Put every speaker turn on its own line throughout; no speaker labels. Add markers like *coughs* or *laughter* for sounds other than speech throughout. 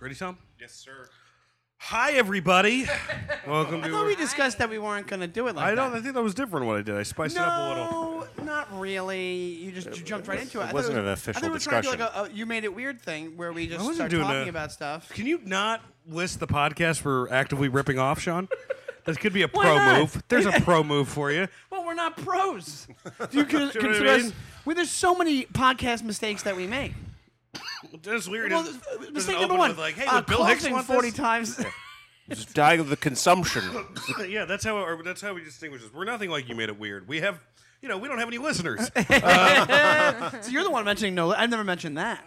Ready, Tom?
Yes, sir.
Hi, *laughs* everybody. Welcome
I thought we
to.
discussed that we weren't going to do it like
I don't. I
that.
think that was different. What I did, I spiced it up a little.
No, not really. You just you jumped right into it. I thought
wasn't
was-
an
I thought
official
we were trying to do like a, a you made it weird thing where we just
wasn't
start
doing
talking
a- *laughs*
about stuff.
Can you not list the podcast we're actively ripping off, Sean? That could be a
Why
pro
not?
move. There's *laughs* a pro move for you.
Well, we're not pros.
*laughs*
Do *laughs* you con-
you know what I
consider us?
mean?
Well, there's so many podcast mistakes that we make.
That's weird.
Well,
is-
this-
doesn't
mistake
open
number one:
with, like, hey,
uh,
would Bill Hicks
closing
want
40
this? *laughs*
times. *laughs*
Just die of the consumption.
yeah, that's how our, that's how we distinguish us. We're nothing like you made it weird. We have, you know, we don't have any *laughs* listeners. I'm
so you're the one mentioning no. I've never mentioned that.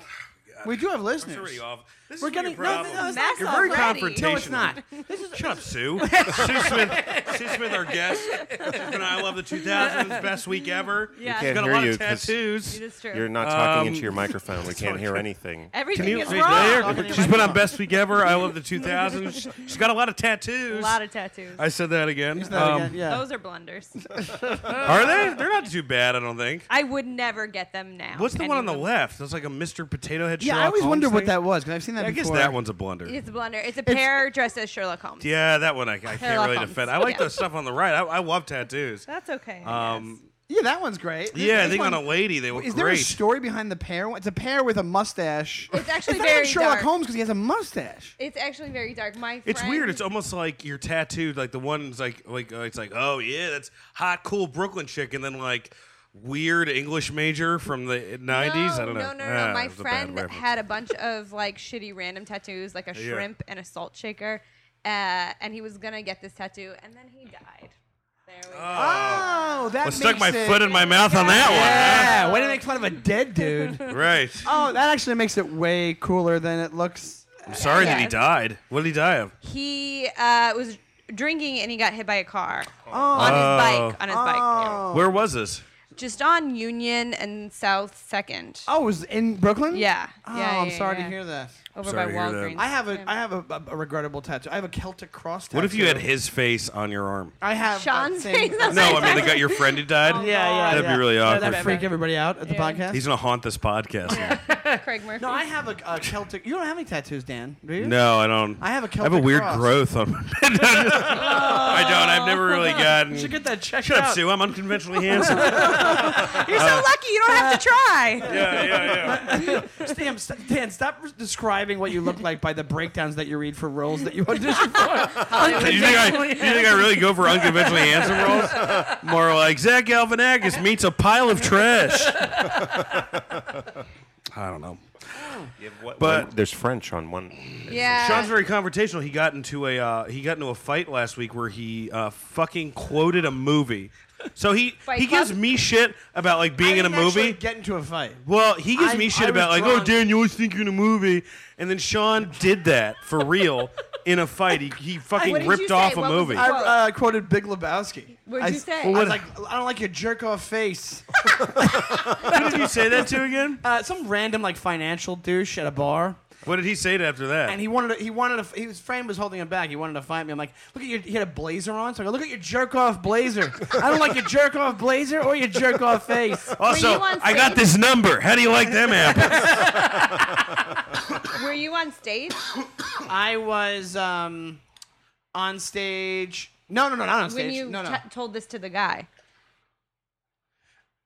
We do have listeners.
It's already off. This
We're
is gonna be
getting-
a
no,
problem.
no, it's
That's
You're very
already.
confrontational.
No, it's not. This is
Shut up, Sue. Sue Smith. Sue Smith, our guest. She's been on I Love the 2000s, best week ever.
Yeah.
She's
Can't
got a
hear
lot
you
of
'cause
tattoos.
It is true.
You're not talking
Um,
into your microphone.
*laughs*
We can't hear anything.
Everything is
see,
wrong.
there? She's been on Best Week Ever. I love the 2000s. She's got a lot of
A
tattoos.
lot of tattoos.
I said that again.
that
Um,
again. Yeah.
Those are blunders.
Are they? They're not too bad, I don't think.
I would never get them now.
What's the
Any
one on
of
the
them.
left? That's like a Mr. Potato Head.
yeah, I
Sherlock
always
Holmes
wondered what
thing.
that was because I've seen that
I guess
before.
that one's a blunder.
It's a blunder. It's a pair dressed as Sherlock Holmes.
Yeah, that one I, I can't
Sherlock
really
Holmes.
defend. I like
Yeah.
the stuff on the right. I, I love tattoos.
That's okay. I
Um,
guess.
Yeah, that one's great. This-
yeah, I
this
think on
one-
a lady they were
Is there a
great.
story behind the pair? It's a pair with a mustache.
It's actually
it's not
very
even Sherlock
dark.
Holmes because he has a mustache.
It's actually very dark. My
It's
friend-
weird. It's almost like you're tattooed. Like the one's like like uh, it's like oh yeah, that's hot, cool Brooklyn chick, and then like weird English major from the '90s. I don't know.
No, no, no.
Ah,
My
that's a bad
friend
reference.
had a bunch of like shitty random tattoos, like a shrimp and a salt shaker, uh, and he was gonna get this tattoo, and then he died. There we go.
Oh, that
I stuck
makes
my
it-
foot in my mouth on that
Yeah, way to make fun of a dead dude.
*laughs*
one. huh? Right.
oh, that actually makes it way cooler than it looks.
I'm sorry that he
Yeah.
died. What did he die of?
He uh, was drinking and he got hit by a car
Oh,
on
Oh.
his bike. On his bike, yeah.
Where was this?
just on Union and South Second.
oh, it was in Brooklyn.
Yeah.
Oh,
Yeah,
I'm
yeah,
sorry to
yeah.
hear that.
over
Sorry
by
to hear that.
Walgreens.
I have a I have a, a, a regrettable tattoo. I have a Celtic cross tattoo.
What if you had his face on your
*laughs*
arm?
I have that
Sean's
same-
face?
No, I mean they got your friend who died.
Oh,
Yeah, yeah.
That'd be
yeah.
really
Yeah, That'd
awkward.
freak everybody out at the
Yeah.
podcast.
He's gonna haunt this
Oh,
podcast.
Craig Murphy.
no, I have a, a Celtic. You don't have any tattoos, Dan, do you?
No, I don't.
I have
I have
a
a
Celtic
weird
cross.
growth on my. *laughs* I don't. I've
*laughs*
never really gotten.
You should get that checked
Shut up,
out.
Sue. I'm *laughs* unconventionally handsome. yeah,
You're so lucky. You don't have to
*laughs*
try.
yeah, yeah.
Damn, st- Dan, stop re- describing what you look like by the breakdowns that you read for roles that you audition *laughs* for.
You think, I, you think I really go for unconventionally handsome *laughs* roles? More like Zach Galifianakis meets a pile of *laughs* trash. I don't know. But-
But there's French on one.
Yeah.
Sean's very confrontational. He got into a uh, he got into a fight last week where he uh, fucking quoted a movie. So he
Fight
he
Club?
gives me shit about like being
I
in a
didn't actually
movie.
Get into a fight.
Well, he gives
I-
me
I
shit
was
about like, oh,
drunk.
Dan, you always think you're in a movie, and then Sean did that for real in a fight. He, he
What
fucking
did you
ripped
say?
off a
What was
movie.
the
I
quote?
uh, quoted Big Lebowski.
What'd
I
you
s-
say?
I was like, I don't like your jerk off *laughs* face.
Who did you say that to again?
Uh, some random like financial douche at a bar.
What did he say to after that?
And he wanted to, he wanted to, his friend was holding him back. He wanted to fight me. I'm like, look at your, he had a blazer on. So I go, look at your jerk off blazer. I don't like your jerk off blazer or your jerk off face.
Were
also,
you on
Oh, I got
stage?
this number. How do you like them apples?
Were you on
*coughs*
stage?
I was um, on stage. No, no, no, not on stage.
when you
no, no.
t- told this to the guy.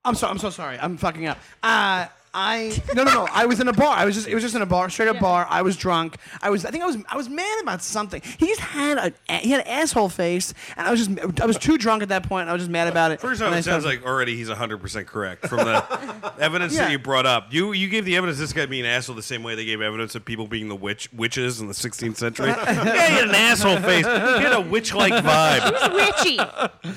I'm sorry. I'm so sorry. I'm fucking up. Uh, I no no no. I was in a bar. I was just it was just in a bar, straight up bar. I was drunk. I was I think I was I was mad about something. He just had a a- he had an asshole face, and I was just I was too drunk at that point. And I was just mad about it.
First
And
off,
I
it sounds
started-
like already he's 100% correct from the evidence
Yeah.
that you brought up. You you gave the evidence of this guy being an asshole the same way they gave evidence of people being the witch witches in the 16th century. yeah, he had an asshole face. He had a witch like
*laughs*
vibe.
It's
*laughs*
witchy.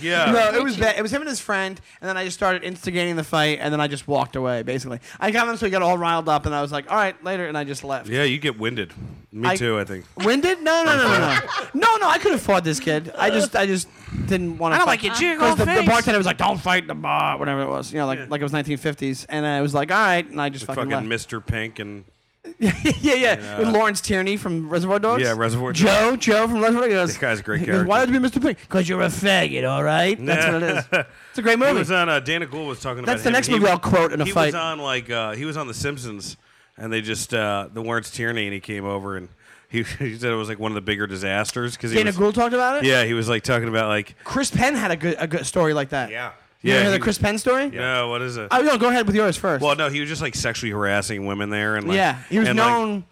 Yeah.
No, it was bad. It was him and his friend, and then I just started instigating the fight, and then I just walked away. Basically, I got him so he got all riled up, and I was like, "All right, later," and I just left.
Yeah, you get winded. Me
I-
too, I think.
Winded? No, no, no, no, no, *laughs* no, no. I could have fought this kid. I just, I just didn't want to. I don't like your jiggle the, the bartender was like, "Don't fight in the bar," whatever it was. You know, like like it was 1950s, and I was like, "All right," and I just fucking,
Fucking
left.
Mr. Pink and
*laughs* yeah, yeah. With Lawrence Tierney from Reservoir Dogs.
Yeah, Reservoir Dogs.
Joe, Joe from Reservoir Dogs.
This guy's a great
He goes, Why
character.
would you be Mr. Pink? Because you're a faggot. All right, that's
*laughs*
what it is. It's a great
he
movie.
was on. Uh, Dana Gould was talking about.
That's the
him,
next
and he
movie
was-
I'll quote in a
he
fight.
was on like uh, he was on The Simpsons, and they just uh, the Lawrence Tierney, and he came over and He, *laughs* he said it was like one of the bigger disasters because he
Dana
was,
Gould talked about it.
yeah he was like talking about like
Chris Penn had a good a good story like that.
Yeah.
You yeah,
Yeah,
hear
he
the
was-
Chris Penn story?
yeah no what is it
Oh, no, go ahead with yours first.
well no he was just like sexually harassing women there and like,
yeah, he was
and, like,
known.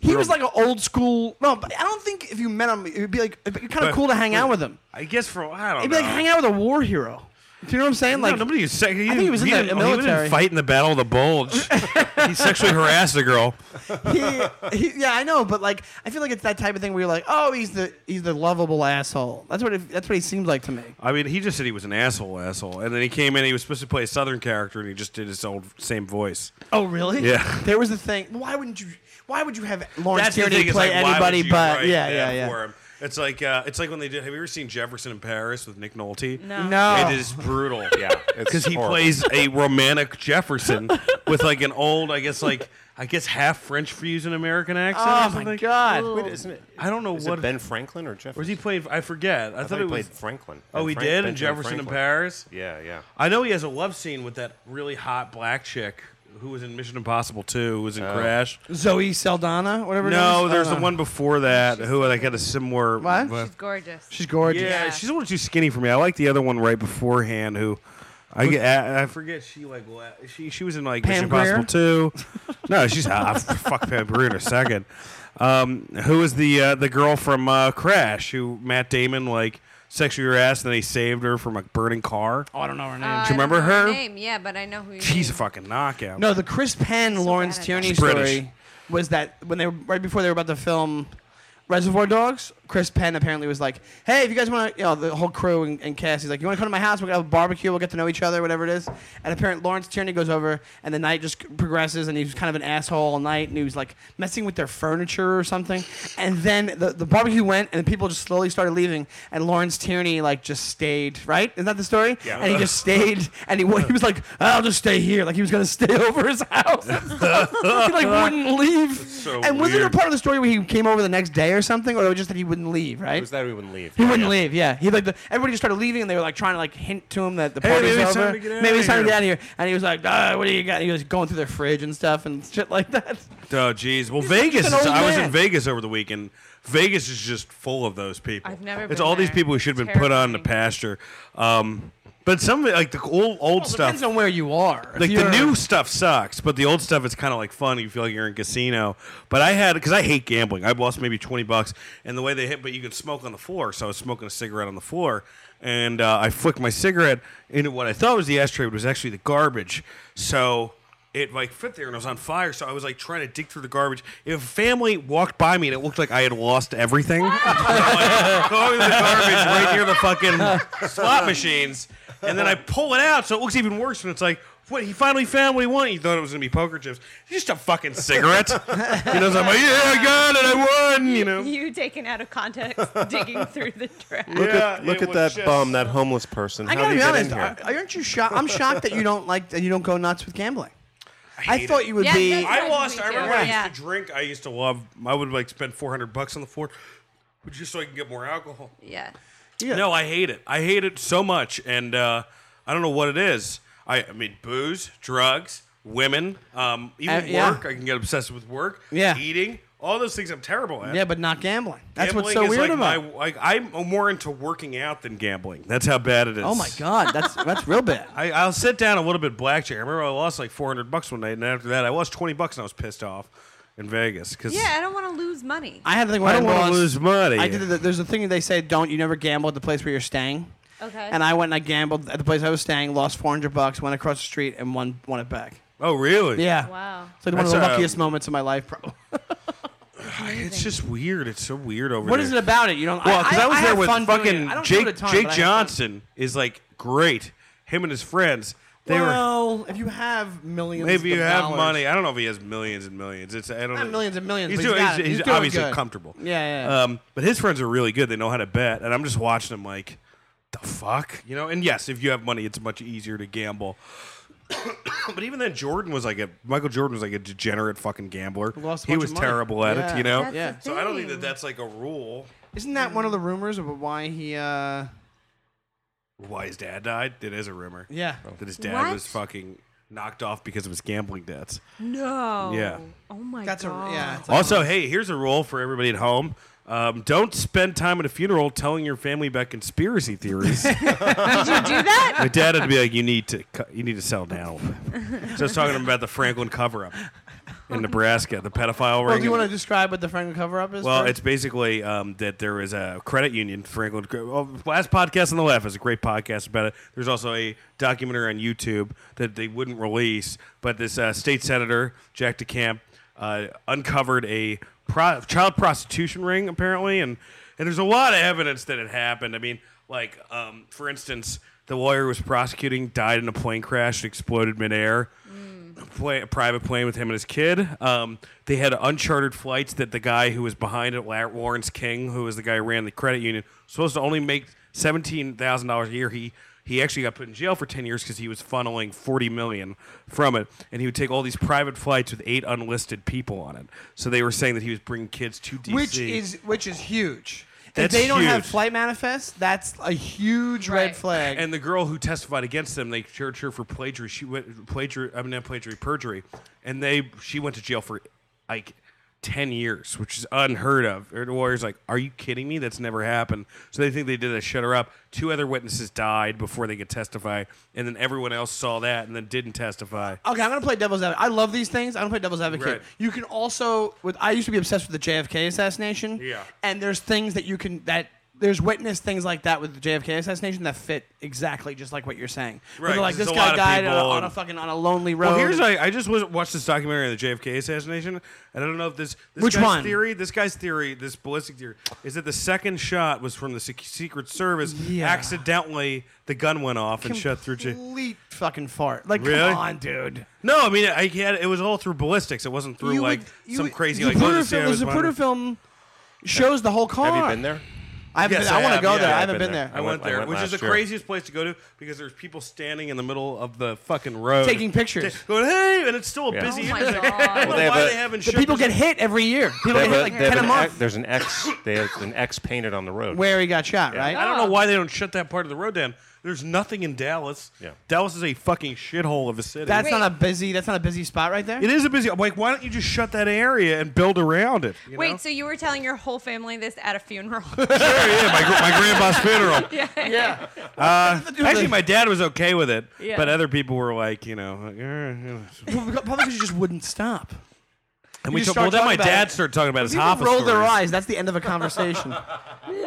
he was like an old school. No, but I don't think if you met him, it would be like it'd be kind of
But-
cool to hang out with him.
I guess for I don't
It'd be
know
like hang out with a war hero. Do you know what I'm saying?
No,
Like
nobody was sex- he,
think he was in the
didn't- He
military.
didn't fight in the Battle of the
*laughs*
Bulge. he sexually harassed a girl.
he, he, yeah, I know, but like I feel like it's that type of thing where you're like, oh, he's the he's the lovable asshole. That's what it, that's what he seemed like to me.
I mean, he just said he was an asshole, asshole, and then he came in. He was supposed to play a Southern character, and he just did his old same voice.
Oh, really?
Yeah.
There was a thing. Why wouldn't you? Why would you have Lawrence
That's the thing,
Tierney
is,
play
like, why would
anybody?
you
But
write
yeah,
that
yeah, yeah.
for him? It's like uh, it's like when they did. Have you ever seen Jefferson in Paris with Nick Nolte?
No.
No.
It is brutal. *laughs*
Yeah, it's
because he
horrible.
plays a romantic Jefferson with like an old, I guess, like I guess half French fuse an American accent.
oh
or
my
something.
god.
Wait, isn't it?
I don't know
Is
what.
it Ben Franklin or Jeff?
or is he playing? I forget. I,
I thought
it was.
he played Franklin.
Oh,
Ben
he
Frank-
did in
Benjamin
Jefferson in
Franklin.
Paris.
Yeah, yeah.
I know he has a love scene with that really hot black chick who was in Mission Impossible 2, who was in Crash.
Zoe Saldana, whatever.
No,
it is. Uh-huh.
there's
I
the
don't
one before that who like had a similar.
What?
She's gorgeous.
She's gorgeous.
Yeah,
Yeah.
she's a little too skinny for me. I like the other one right beforehand who. I, get, I I forget she like la- she she was in like
Pam
Mission Impossible two. *laughs* No, she's hot. fuck Pam Grier in a second. Um, who was the uh, the girl from uh, Crash who Matt Damon like sexually harassed and then he saved her from a burning car?
Oh, I don't know her name.
Uh,
you
I don't
remember
know her?
her?
name, yeah, but I know who you
She's a
mean.
fucking knockout.
No, the Chris Penn Lawrence
bad at
Tierney
that.
She's British.
story was that when they were right before they were about to film Reservoir Dogs, Chris Penn apparently was like, "Hey, if you guys want to, you know, the whole crew and, and cast, he's like, you want to come to my house? We're gonna have a barbecue. We'll get to know each other, whatever it is." And apparently Lawrence Tierney goes over, and the night just progresses, and he was kind of an asshole all night, and he was like messing with their furniture or something. And then the, the barbecue went, and the people just slowly started leaving, and Lawrence Tierney like just stayed. Right? Isn't that the story?
Yeah.
And he just stayed, and he wa- he was like, "I'll just stay here," like he was gonna stay *laughs* over his house. and stuff. *laughs* he
*laughs*
like wouldn't leave.
so
and wasn't there a
weird.
part of the story where he came over the next day or something, or it was just that he wouldn't leave? Right?
It was that he wouldn't leave.
He wouldn't leave. Yeah, he like the, everybody just started leaving, and they were like trying to like hint to him that the
Hey,
party's
maybe it's
over.
time to get outta
maybe it's time to
here.
get out of here. And he was like, ah, "What do you got?" He was going through their fridge and stuff and shit like that. *laughs*
Oh, jeez. Well, Vegas.
an
Is,
old
I was
man.
in Vegas over the weekend. Vegas is just full of those people.
I've never
It's
been
all these
there.
people who should have been put on the pasture. Um, but some of it, like the old old
Well, it
stuff.
depends on where you are. If
like the
you're-
new stuff sucks, but the old stuff it's kind of like fun. You feel like you're in a casino. But I had because I hate gambling. I lost maybe twenty bucks, and the way they hit, but you could smoke on the floor. So I was smoking a cigarette on the floor, and uh, I flicked my cigarette into what I thought was the ashtray, but it was actually the garbage. So it like fit there and it was on fire. So I was like trying to dig through the garbage. If a family walked by me and it looked like I had lost everything, *laughs* I'm, like, going to the garbage right near the fucking slot machines, and then I pull it out. So it looks even worse. And it's like, what? He finally found what he wanted. He thought it was gonna be poker chips. It's just a fucking cigarette. you know, so I'm like, yeah, I got it. I won. You know.
*laughs* You taken out of context, digging through the trash.
Look
*laughs*
at,
Yeah,
look
it
at
was
that
just-
bum, that homeless person.
I
How
gotta
do you
be
get
honest.
in here?
Are, aren't you shocked? I'm shocked that you don't like that you don't go nuts with gambling. I,
hate
thought
it.
you would
Yeah,
be.
that's-
I lost. I remember when I
Yeah.
used to drink. I used to love. I would like spend 400 bucks on the floor, just so I can get more alcohol.
Yeah.
Yeah.
No, I hate it. I hate it so much, and uh, I don't know what it is. I, I mean, booze, drugs, women, um, even
Uh, yeah.
work. I can get obsessed with work.
Yeah.
eating, all those things I'm terrible at.
yeah, but not gambling. That's what's so
Gambling is
weird
like
about. it.
my, like I'm more into working out than gambling. That's how bad it is.
Oh my god, that's that's real
*laughs*
bad.
I, I'll sit down a little bit blackjack. I remember I lost like 400 bucks one night, and after that, I lost 20 bucks, and I was pissed off in Vegas because
Yeah, I don't want to lose money.
I had a thing when
I
I,
don't want to
lost-
lose money.
I did. The, there's a thing they say: don't you never gamble at the place where you're staying.
Okay.
And I went and I gambled at the place I was staying, lost 400 bucks, went across the street, and won won it back.
Oh, really?
Yeah.
Wow.
So one of
That's,
the
uh,
luckiest moments of my life, probably.
It's just weird. It's so weird over
What
there.
is it about it? You don't.
Well, because I, was
have
there with
fun doing it.
fucking
I don't do it a
Jake.
ton,
Jake
but I have fun.
Johnson is like great. Him and his friends. They were.
well, if you have
*laughs*
millions,
Maybe
of
you have
dollars-
money. I don't know if he has millions and millions. It's I don't
Not
know.
millions and millions,
He's
but he's
doing.
got it.
he's
He's doing
obviously
good.
comfortable.
Yeah, yeah, yeah.
Um, but his friends are really good. They know how to bet, and I'm just watching them like, the fuck, you know. And yes, if you have money, it's much easier to gamble. *coughs* but even then, Jordan was like a Michael Jordan was like a degenerate fucking gambler.
Lost a
he
bunch
was
of money.
terrible at
Yeah.
it, you
Oh,
know.
That's the
Yeah.
So I don't think that
thing.
that's like a rule.
Isn't that one of the rumors about why he? uh
Why his dad died? It is a rumor.
Yeah.
That his dad
What?
was fucking knocked off because of his gambling debts.
No.
Yeah.
Oh my
That's a
god.
yeah. it's a-
Also, hey, here's a rule for everybody at home. Um, don't spend time at a funeral telling your family about conspiracy
*laughs*
theories.
Did you
*laughs*
do that?
My dad would be like, "You need to, cu- you need to settle down." so I was talking to him about the Franklin cover-up
*laughs*
in Nebraska, the pedophile
Well,
ring.
do you want to describe what the Franklin cover up is?
Well,
first?
it's basically um, that there is a credit union, Franklin. Well, last podcast on the left is a great podcast about it. There's also a documentary on YouTube that they wouldn't release, but this uh, state senator Jack DeCamp uh, uncovered a pro- child prostitution ring apparently, and and there's a lot of evidence that it happened. I mean, like um, for instance, the lawyer who was prosecuting died in a plane crash, that exploded midair play, a private plane with him and his kid. Um, they had unchartered flights that the guy who was behind it, La- Lawrence King, who was the guy who ran the credit union, was supposed to only make seventeen thousand dollars a year. He he actually got put in jail for ten years because he was funneling forty million from it, and he would take all these private flights with eight unlisted people on it. So they were saying that he was bringing kids to DC.
which is which is huge.
That's
if they don't have
huge.
flight manifests, that's a huge
Right.
red flag.
And the girl who testified against them, they charged her for plagiary. She went plagiary. I mean, not plagiary, perjury. And they she went to jail for like ten years, which is unheard of. And The lawyer's like, "Are you kidding me? That's never happened." So they think they did a shut her up. Two other witnesses died before they could testify, and then everyone else saw that and then didn't testify.
Okay, I'm gonna play devil's advocate. I love these things. I'm gonna play devil's advocate.
Right.
You can also with I used to be obsessed with the JFK assassination.
Yeah.
And there's things that you can that there's witness things like that with the JFK assassination that fit exactly just like what you're saying. Where
Right,
they're like
'cause
this
there's a lot
guy
of
died on a,
people
on a
and-
fucking on a lonely road.
Well, here's I, I just was, watched this documentary on the JFK assassination, and I don't know if this, this
Which
guy's
one?
theory, this guy's theory, this ballistic theory, is that the second shot was from the sec- Secret Service.
Yeah.
Accidentally, the gun went off and shot through. J-
complete fucking fart. Like
Really?
come on, dude.
no, I mean, I he had, it was all through ballistics. It wasn't through
You
like
would- you
some
would-
crazy
the
like.
Zapruder
oh, this
film,
guy
the
was behind
Zapruder
me.
film shows the whole car.
Have
Oh.
you been there?
I haven't
Yes,
been, I,
I
want to
have.
go
Yeah,
there. I
I've
haven't been
been
there.
there.
I went
went- I
there,
went
which is the
last year.
craziest place to go to because there's people standing in the middle of the fucking road
Taking pictures.
Ta- going hey, and it's still a
Yeah.
busy.
Oh my
intersection. *laughs*
God.
I
Well,
don't know
they have
why
a-
they haven't.
The
shut
people
this
get hit every year. People get
They
hit
have
like
a- they have
10 a
an
month.
ex- there's an X. They have an X painted on the road.
where he got shot, right?
I don't know why they don't shut that part of the road down. There's nothing in Dallas.
Yeah.
Dallas is a fucking shithole of a city.
That's
Wait.
not a busy. That's not a busy spot right there.
it is a busy. Like, why don't you just shut that area and build around it? you know?
Wait, so you were telling your whole family this at a
*laughs*
funeral?
sure, yeah, my, gr- my grandpa's funeral.
*laughs* Yeah.
Actually, my dad was okay with it,
Yeah.
but other people were like, you know, like, *laughs* eh, eh.
Probably because you just wouldn't stop.
and we
just
took,
start
well, then
talking
my
about
dad
it.
started talking about his
People
Hoffa
roll their
stories.
eyes. That's the end of
*laughs*
a conversation.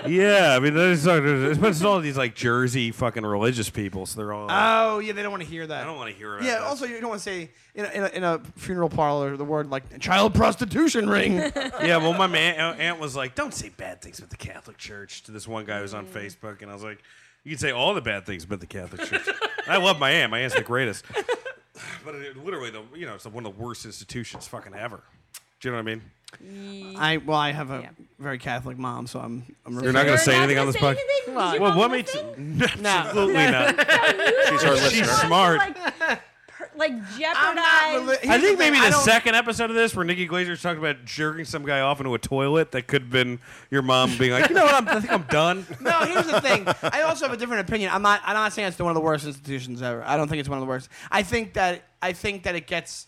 Yeah, I mean, there's, there's, there's all these like Jersey fucking religious people, so they're all. Like,
oh yeah, they don't want to hear that.
I don't want to hear about
Yeah.
that.
Also, you don't want to say in a, in, a, in a funeral parlor the word like child prostitution ring.
yeah, well, my man, aunt aunt was like, "Don't say bad things about the Catholic Church." To this one guy who's on Facebook, and I was like, "You can say all the bad things about the Catholic Church." I love my aunt. My aunt's the greatest. *sighs* But it, literally, the you know, it's one of the worst institutions fucking ever. Do you know what I mean?
I well, I have a
Yeah.
very Catholic mom, so I'm. I'm
You're not gonna say anything on this podcast?
podcast.
Well, what makes
*laughs*
absolutely not?
She's our
She's
listener.
smart.
Like, per- like
I'm
jeopardize.
not reli-
I
Here's
think
the thing,
maybe
I
the
don't-
second episode of this, where Nikki Glazer's talking about jerking some guy off into a toilet, that could have been your mom being like, "You know what? I'm, I think I'm done."
No, here's the thing. I also have a different opinion. I'm not. I'm not saying it's one of the worst institutions ever. I don't think it's one of the worst. I think that. I think that it gets.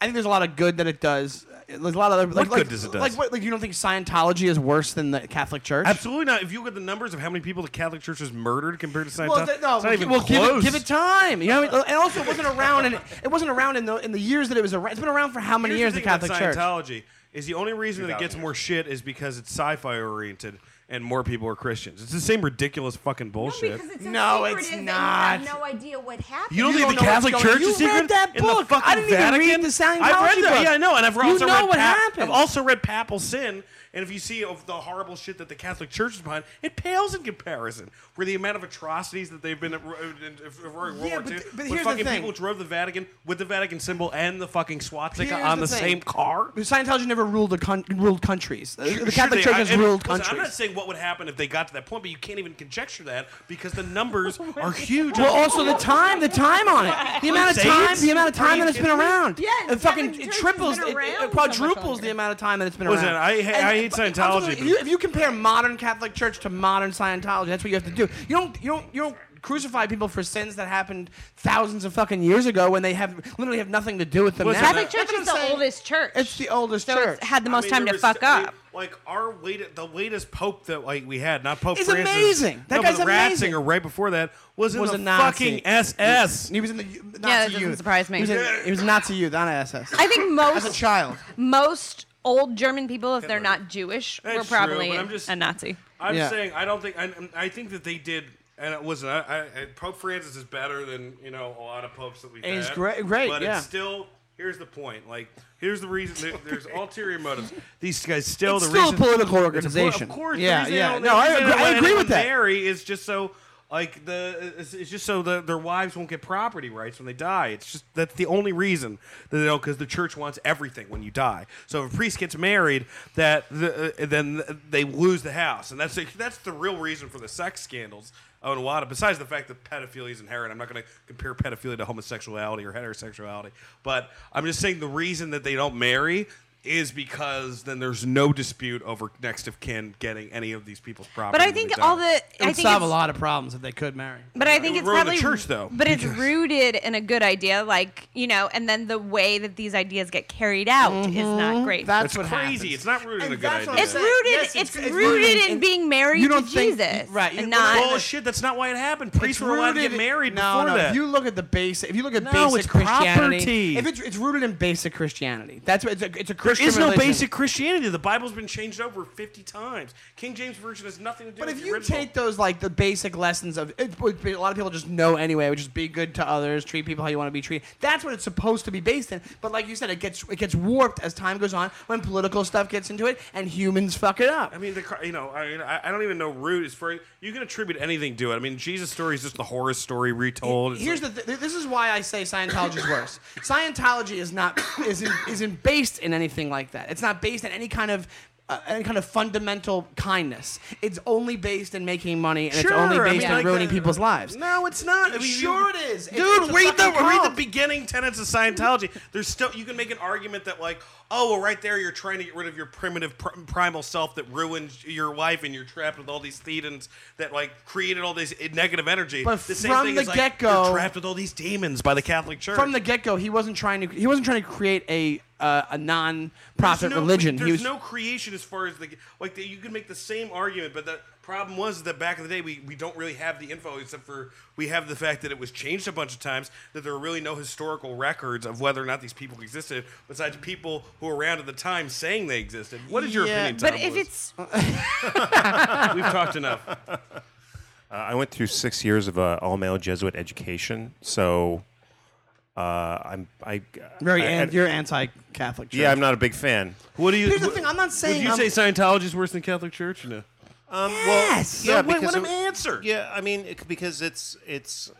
I think there's a lot of good that it does. There's a lot of other. Like,
good
like-
does it does?
Like, what, like you don't think Scientology is worse than the Catholic Church?
Absolutely not. If you look at the numbers of how many people the Catholic Church has murdered compared to Scientology,
Well, th- no,
it's not
well,
even
well, give, it,
close.
give it time. You know, what I mean? and also it wasn't around, and it wasn't around in the in the years that it was around. It's been around for how many
Here's
years? The,
thing about
Catholic Church.
Scientology is the only reason that it
2000
gets
years.
more shit is because it's sci-fi oriented and more people are Christians. It's the same ridiculous fucking bullshit.
No, it's not.
You have no idea what happened.
you don't
you
think
don't
the
know what's
Catholic
going-
Church
You
is secret?
read that
In the
book. I
fucking
didn't even read
Vatican?
the Scientology
I've read
book.
Yeah, I know, and I've
You
also
know
read
what
Pap-
happened.
I've also read Papal Sin, and if you see of the horrible shit that the Catholic Church is behind, it pales in comparison. For the amount of atrocities that they've been in, in, in uh, World
Yeah,
War
but
II,
th- but
when
here's the
fucking
thing.
people drove the Vatican with the Vatican symbol and the fucking swastika
Here's
on
the
the,
thing.
same car.
Scientology never ruled a con- ruled countries. The-
Sure-
the
sure
Catholic
they-
Church
I-
has
and
ruled
listen, I'm
countries.
not saying what would happen if they got to that point, but you can't even conjecture that because the
*laughs*
numbers are huge.
Well, also the time, the time on it, the amount of time,
Crusades?
the amount of
Are
time
you
that it's been
kidding me?
around.
Yeah,
it fucking
Catholic
it
Church has
triples,
been
it,
around so
it
much
quadruples
longer.
the amount of time that it's been
Listen,
around.
I ha- I hate
but- but
Scientology,
also,
but-
you- if you compare modern Catholic Church to modern Scientology, that's what you have to do. You don't, you don't, you don't crucify people for sins that happened thousands of fucking years ago when they have literally have nothing to do with them
Listen,
now.
that-
Catholic Church
That's what
is
I'm
the
saying.
oldest church.
It's the oldest
so
church.
it's had the most
I mean,
time
there
to
was-
fuck
I mean,
up.
like our latest, the latest pope that like we had, not Pope
He's
Francis.
amazing. That
no, but
guy's amazing.
Ratzinger, right before that, was in
Was
the
a Nazi.
fucking SS.
He was in the U- Nazi
that doesn't
youth.
surprise me.
He was, in, he was Nazi youth, not SS.
*laughs* I think
As a
most
child.
most old German people, if they're not Jewish, were
That's true,
probably
but I'm just-
a Nazi.
I'm
Yeah.
saying I don't think I, I think that they did. And it wasn't. I, I, Pope Francis is better than you know a lot of popes that we've
He's
had.
great- great,
But
yeah.
it's still. Here's the point. Like, here's the reason. There,
*laughs*
there's ulterior motives. These guys still.
It's
the
still a
reason,
political
It's a
organization.
of course. the
Yeah,
reason they
yeah.
don't-
No,
the
I
reason they
agree-
don't
I
let
agree with
anyone
that.
Marry is just so like the it's, it's just so the, their wives won't get property rights when they die. It's just that's the only reason that they don't because the church wants everything when you die. So if a priest gets married, that the, uh, then they lose the house, and that's *laughs* that's the real reason for the sex scandals. Oh, and WADA, besides the fact that pedophilia is inherent, I'm not going to compare pedophilia to homosexuality or heterosexuality, but I'm just saying the reason that they don't marry is because then there's no dispute over next of kin getting any of these people's property.
But I
when they
think
die.
all the
It
I
would
think
solve a
it's-
lot of problems if they could marry.
But I think
would
it's
ruin the
probably
church, though,
But it's
because-
rooted in a good idea, like you know, and then the way that these ideas get carried out is not great.
Mm-hmm. That's
That's
what
crazy.
happens.
It's not rooted in
And
a good
that's what
idea.
it's
Yeah.
rooted.
Yes,
it's,
it's- it's
rooted
rooted in-
in being married
You don't
to
think-
Jesus,
right, you-
And
well,
not
bullshit. That's not why it happened. Priests
It's
were allowed to get
rooted-
married
no,
before
no.
that.
If you look at the basic, if you look at
No,
basic
it's
Christianity,
property.
if it's, it's rooted in basic Christianity, that's what it's a, it's a
there
Christian.
is no
religion.
basic Christianity. The Bible's been changed over 50 times. King James Version has nothing to do
But
with
if
the
you
original.
take those like the basic lessons of it, would be- a lot of people just know anyway, which is be good to others, treat people how you want to be treated. That's what it's supposed to be based in. But like you said, it gets it gets warped as time goes on when political stuff gets into it and humans fuck it up.
I mean, the cr- you know, I mean, I I don't even know root is for you can attribute anything to it. I mean, Jesus' story is just the horror story retold. It's
Here's
like-
the th- this is why I say Scientology is worse. Scientology is not *coughs* isn't isn't based in anything like that. It's not based in any kind of uh, any kind of fundamental kindness. It's only based in making money and it's only
Sure, I
based
mean,
in
like
ruining
the-
people's lives.
No, it's not. I mean,
Sure
you-
it is. It's-
Dude,
it's a
read the
fucking
read the
cult.
beginning tenets of Scientology. There's still you can make an argument that like, oh, well, right there, you're trying to get rid of your primitive pr- primal self that ruins your life, and you're trapped with all these thetans that like created all this negative energy.
But
the same
from
thing
the
is, like,
get-go-
you're trapped with all these demons by the Catholic Church.
From the get go, he wasn't trying to he wasn't trying to create a uh, a non profit
There's no-
religion.
There's
he was
no creation as far as the like. The, you can make the same argument, but the problem was that back in the day we, we don't really have the info except for we have the fact that it was changed a bunch of times. That there are really no historical records of whether or not these people existed, besides people who were around at the time saying they existed. What is your
Yeah,
opinion?
but
Tom
if
Lewis?
it's
we've talked enough.
*laughs*
Uh, I went through six years of uh, all male Jesuit education, so uh, I'm I
very
I-
an-
I-
you're anti Catholic church.
yeah, I'm not a big fan.
What do you?
Here's the thing, I'm not saying I'm-
Scientology is worse than Catholic Church? No.
Um,
yes.
yeah. what- what an answer.
Yeah, I mean it, because it's it's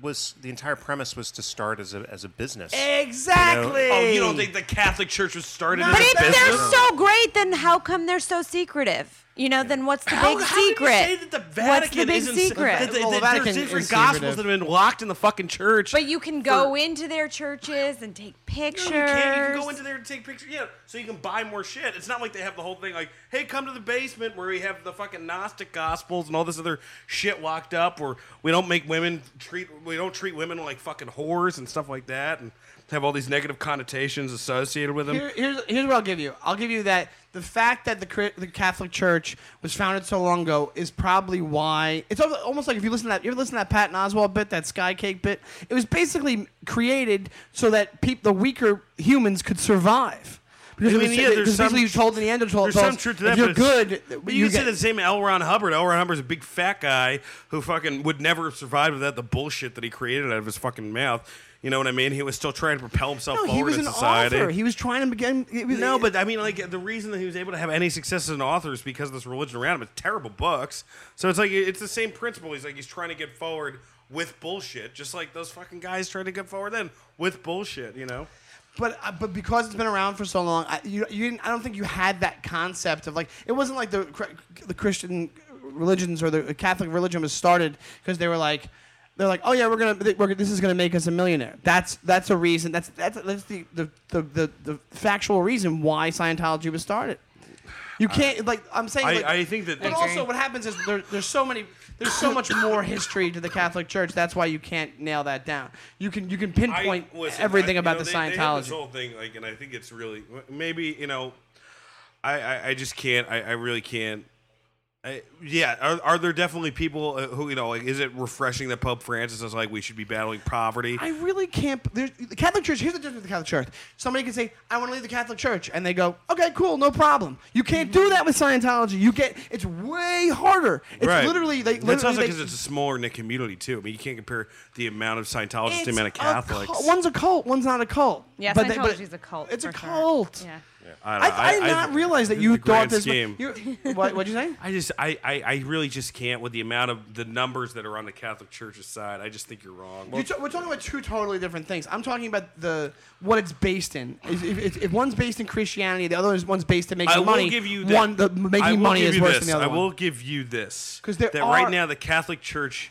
was the entire premise was to start as a as a business.
Exactly.
Oh, you don't think the Catholic Church was started? as
But if
a business?
they're so great, then how come they're so secretive? You know, then what's the
How-
big
how
secret?
Can you say that the Vatican
what's the big
isn't,
secret?
That, that,
Well, the
that
Vatican
there's different
is
gospels
secretive.
that have been locked in the fucking church.
but you can go into their churches and take pictures.
you can, you can go into there and take pictures. Yeah, so you can buy more shit. It's not like they have the whole thing like, hey, come to the basement where we have the fucking Gnostic gospels and all this other shit locked up, where we don't make women treat we don't treat women like fucking whores and stuff like that, and have all these negative connotations associated with them.
Here, here's, here's what I'll give you. I'll give you that the fact that the Chri- the Catholic Church was founded so long ago is probably why it's al- almost like if you listen to that you ever listen to that Patton Oswald bit that Sky Cake bit. It was basically created so that peop, the weaker humans could survive. Because
I
it
mean,
was,
yeah,
it-
there's
because basically
some-
you told the Neanderthal
There's some truth to that.
if you're
but it's-
good,
but you,
you
can
get,
say the same L. Ron Hubbard. L. Ron Hubbard's a big fat guy who fucking would never have survived without the bullshit that he created out of his fucking mouth. You know what I mean? He was still trying to propel himself
no,
forward
he was
in
an
society.
author. He was trying to begin. it was-
no, but I mean, like the reason that he was able to have any success as an author is because of this religion around him. It's terrible books, so it's like it's the same principle. He's like he's trying to get forward with bullshit, just like those fucking guys tried to get forward then with bullshit. You know?
But uh, but because it's been around for so long, I, you, you didn't, I don't think you had that concept of like it wasn't like the cr- the Christian religions or the Catholic religion was started because they were like they're like oh yeah we're gonna th- we're, gonna- this is gonna make us a millionaire. That's that's a reason. That's that's that's the the the, the, the factual reason why Scientology was started. You can't like I'm saying.
I-
like-
I think that-
But
I
also, what happens is there, there's so many, there's so much more history to the Catholic Church. That's why you can't nail that down. You can you can pinpoint
I- listen, I-
everything
you
about
know,
the
they- they have this
Scientology.
whole thing, like, and I think it's really maybe you know, I I, I just can't. I, I really can't. I, yeah, are, are there definitely people uh, who you know like? Is it refreshing that Pope Francis is like we should be battling poverty?
I really can't. there's- The Catholic Church. Here's the difference with the Catholic Church. Somebody can say, "I want to leave the Catholic Church," and they go, "Okay, cool, no problem." You can't do that with Scientology. You get it's way harder. It's literally they.
That's also
literally
because
they-
it's a smaller knit community too. I mean, you can't compare the amount of Scientologists to the
it's
amount of
a cult.
Catholics.
one's a cult. One's not a cult.
Yeah,
they-
Scientology's a cult,
It's a
for sure.
cult.
Yeah.
I,
I,
don't know.
I, did not realize that
in
you
the
thought
grand
this.
scheme-
you what what'd
*laughs*
you say?
I just, I, I, I really just can't with the amount of the numbers that are on the Catholic Church's side. I just think you're wrong.
You're ta- we're talking about two totally different things. I'm talking about the what it's based in. If, if- if, if one's based in Christianity, the other one's based in making
I will
money.
give you that.
one the making
I will
money
give
is
you
worse
this.
than the other
I
one.
will give you this
'Cause there
that
are-
right now the Catholic Church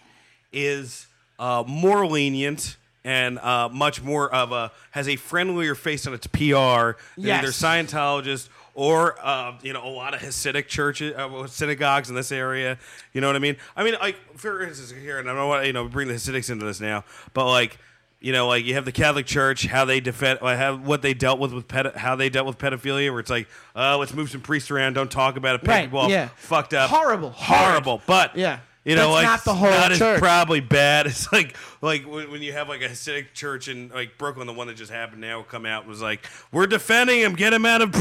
is uh, more lenient and uh, much more of a has a friendlier face on its PR than
Yes.
either Scientologists or uh, you know a lot of Hasidic churches, uh, well, synagogues in this area. You know what I mean? I mean, like for instance here, and I don't want you know bring the Hasidics into this now, but like. You know, like you have the Catholic Church, how they defend, like, how what they dealt with with pedo- how they dealt with pedophilia, where it's like, uh, let's move some priests around, don't talk about it,
Right,
right, people
yeah.
yeah. fucked up.
Horrible,
Horrible. Oh, But
Yeah.
you know,
That's
like
not the whole
not as
church.
probably bad. *laughs* It's like like when, when you have like a Hasidic church in like Brooklyn, the one that just happened now come out and was like, We're defending him, get him out of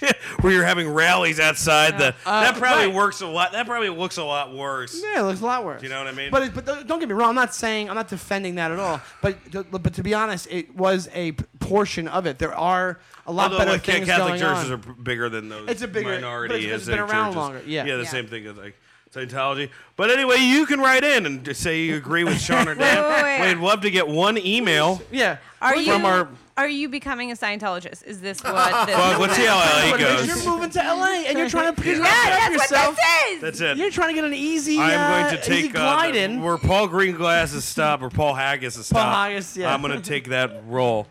*laughs* where you're having rallies outside the that probably
Uh, right.
works a lot that probably looks a lot worse.
Yeah, it looks a lot worse.
You know what I mean?
But it, but th- don't get me wrong. I'm not saying I'm not defending that at all. But to, but to be honest, it was a p- portion of it. There are a lot
Although
better
like
things
Catholic
going
churches
on.
are b- bigger than those
It's a bigger- but
minority
it's- it's
Hasidic
been around
churches.
longer, yeah.
the
Yeah.
same thing as like Scientology. But anyway, you can write in and just say you agree
*laughs*
with Sean or
wait, wait,
Dan.
wait.
We'd love to get one email.
yeah.
Are
Well,
you
from our-
are you becoming a Scientologist?
*laughs*
Is this what? This
Well, let's see how LA
but if
E goes.
You're moving to LA and
*laughs*
you're trying to pick
yeah,
up
that's
yourself.
what this is.
That's it.
You're trying to get an easy.
I'm
uh,
going to
easy
take
glide
the-
in.
where Paul Greenglass is stopped or Paul Haggis is stopped.
Haggis, yeah.
I'm going to take that
*laughs*
role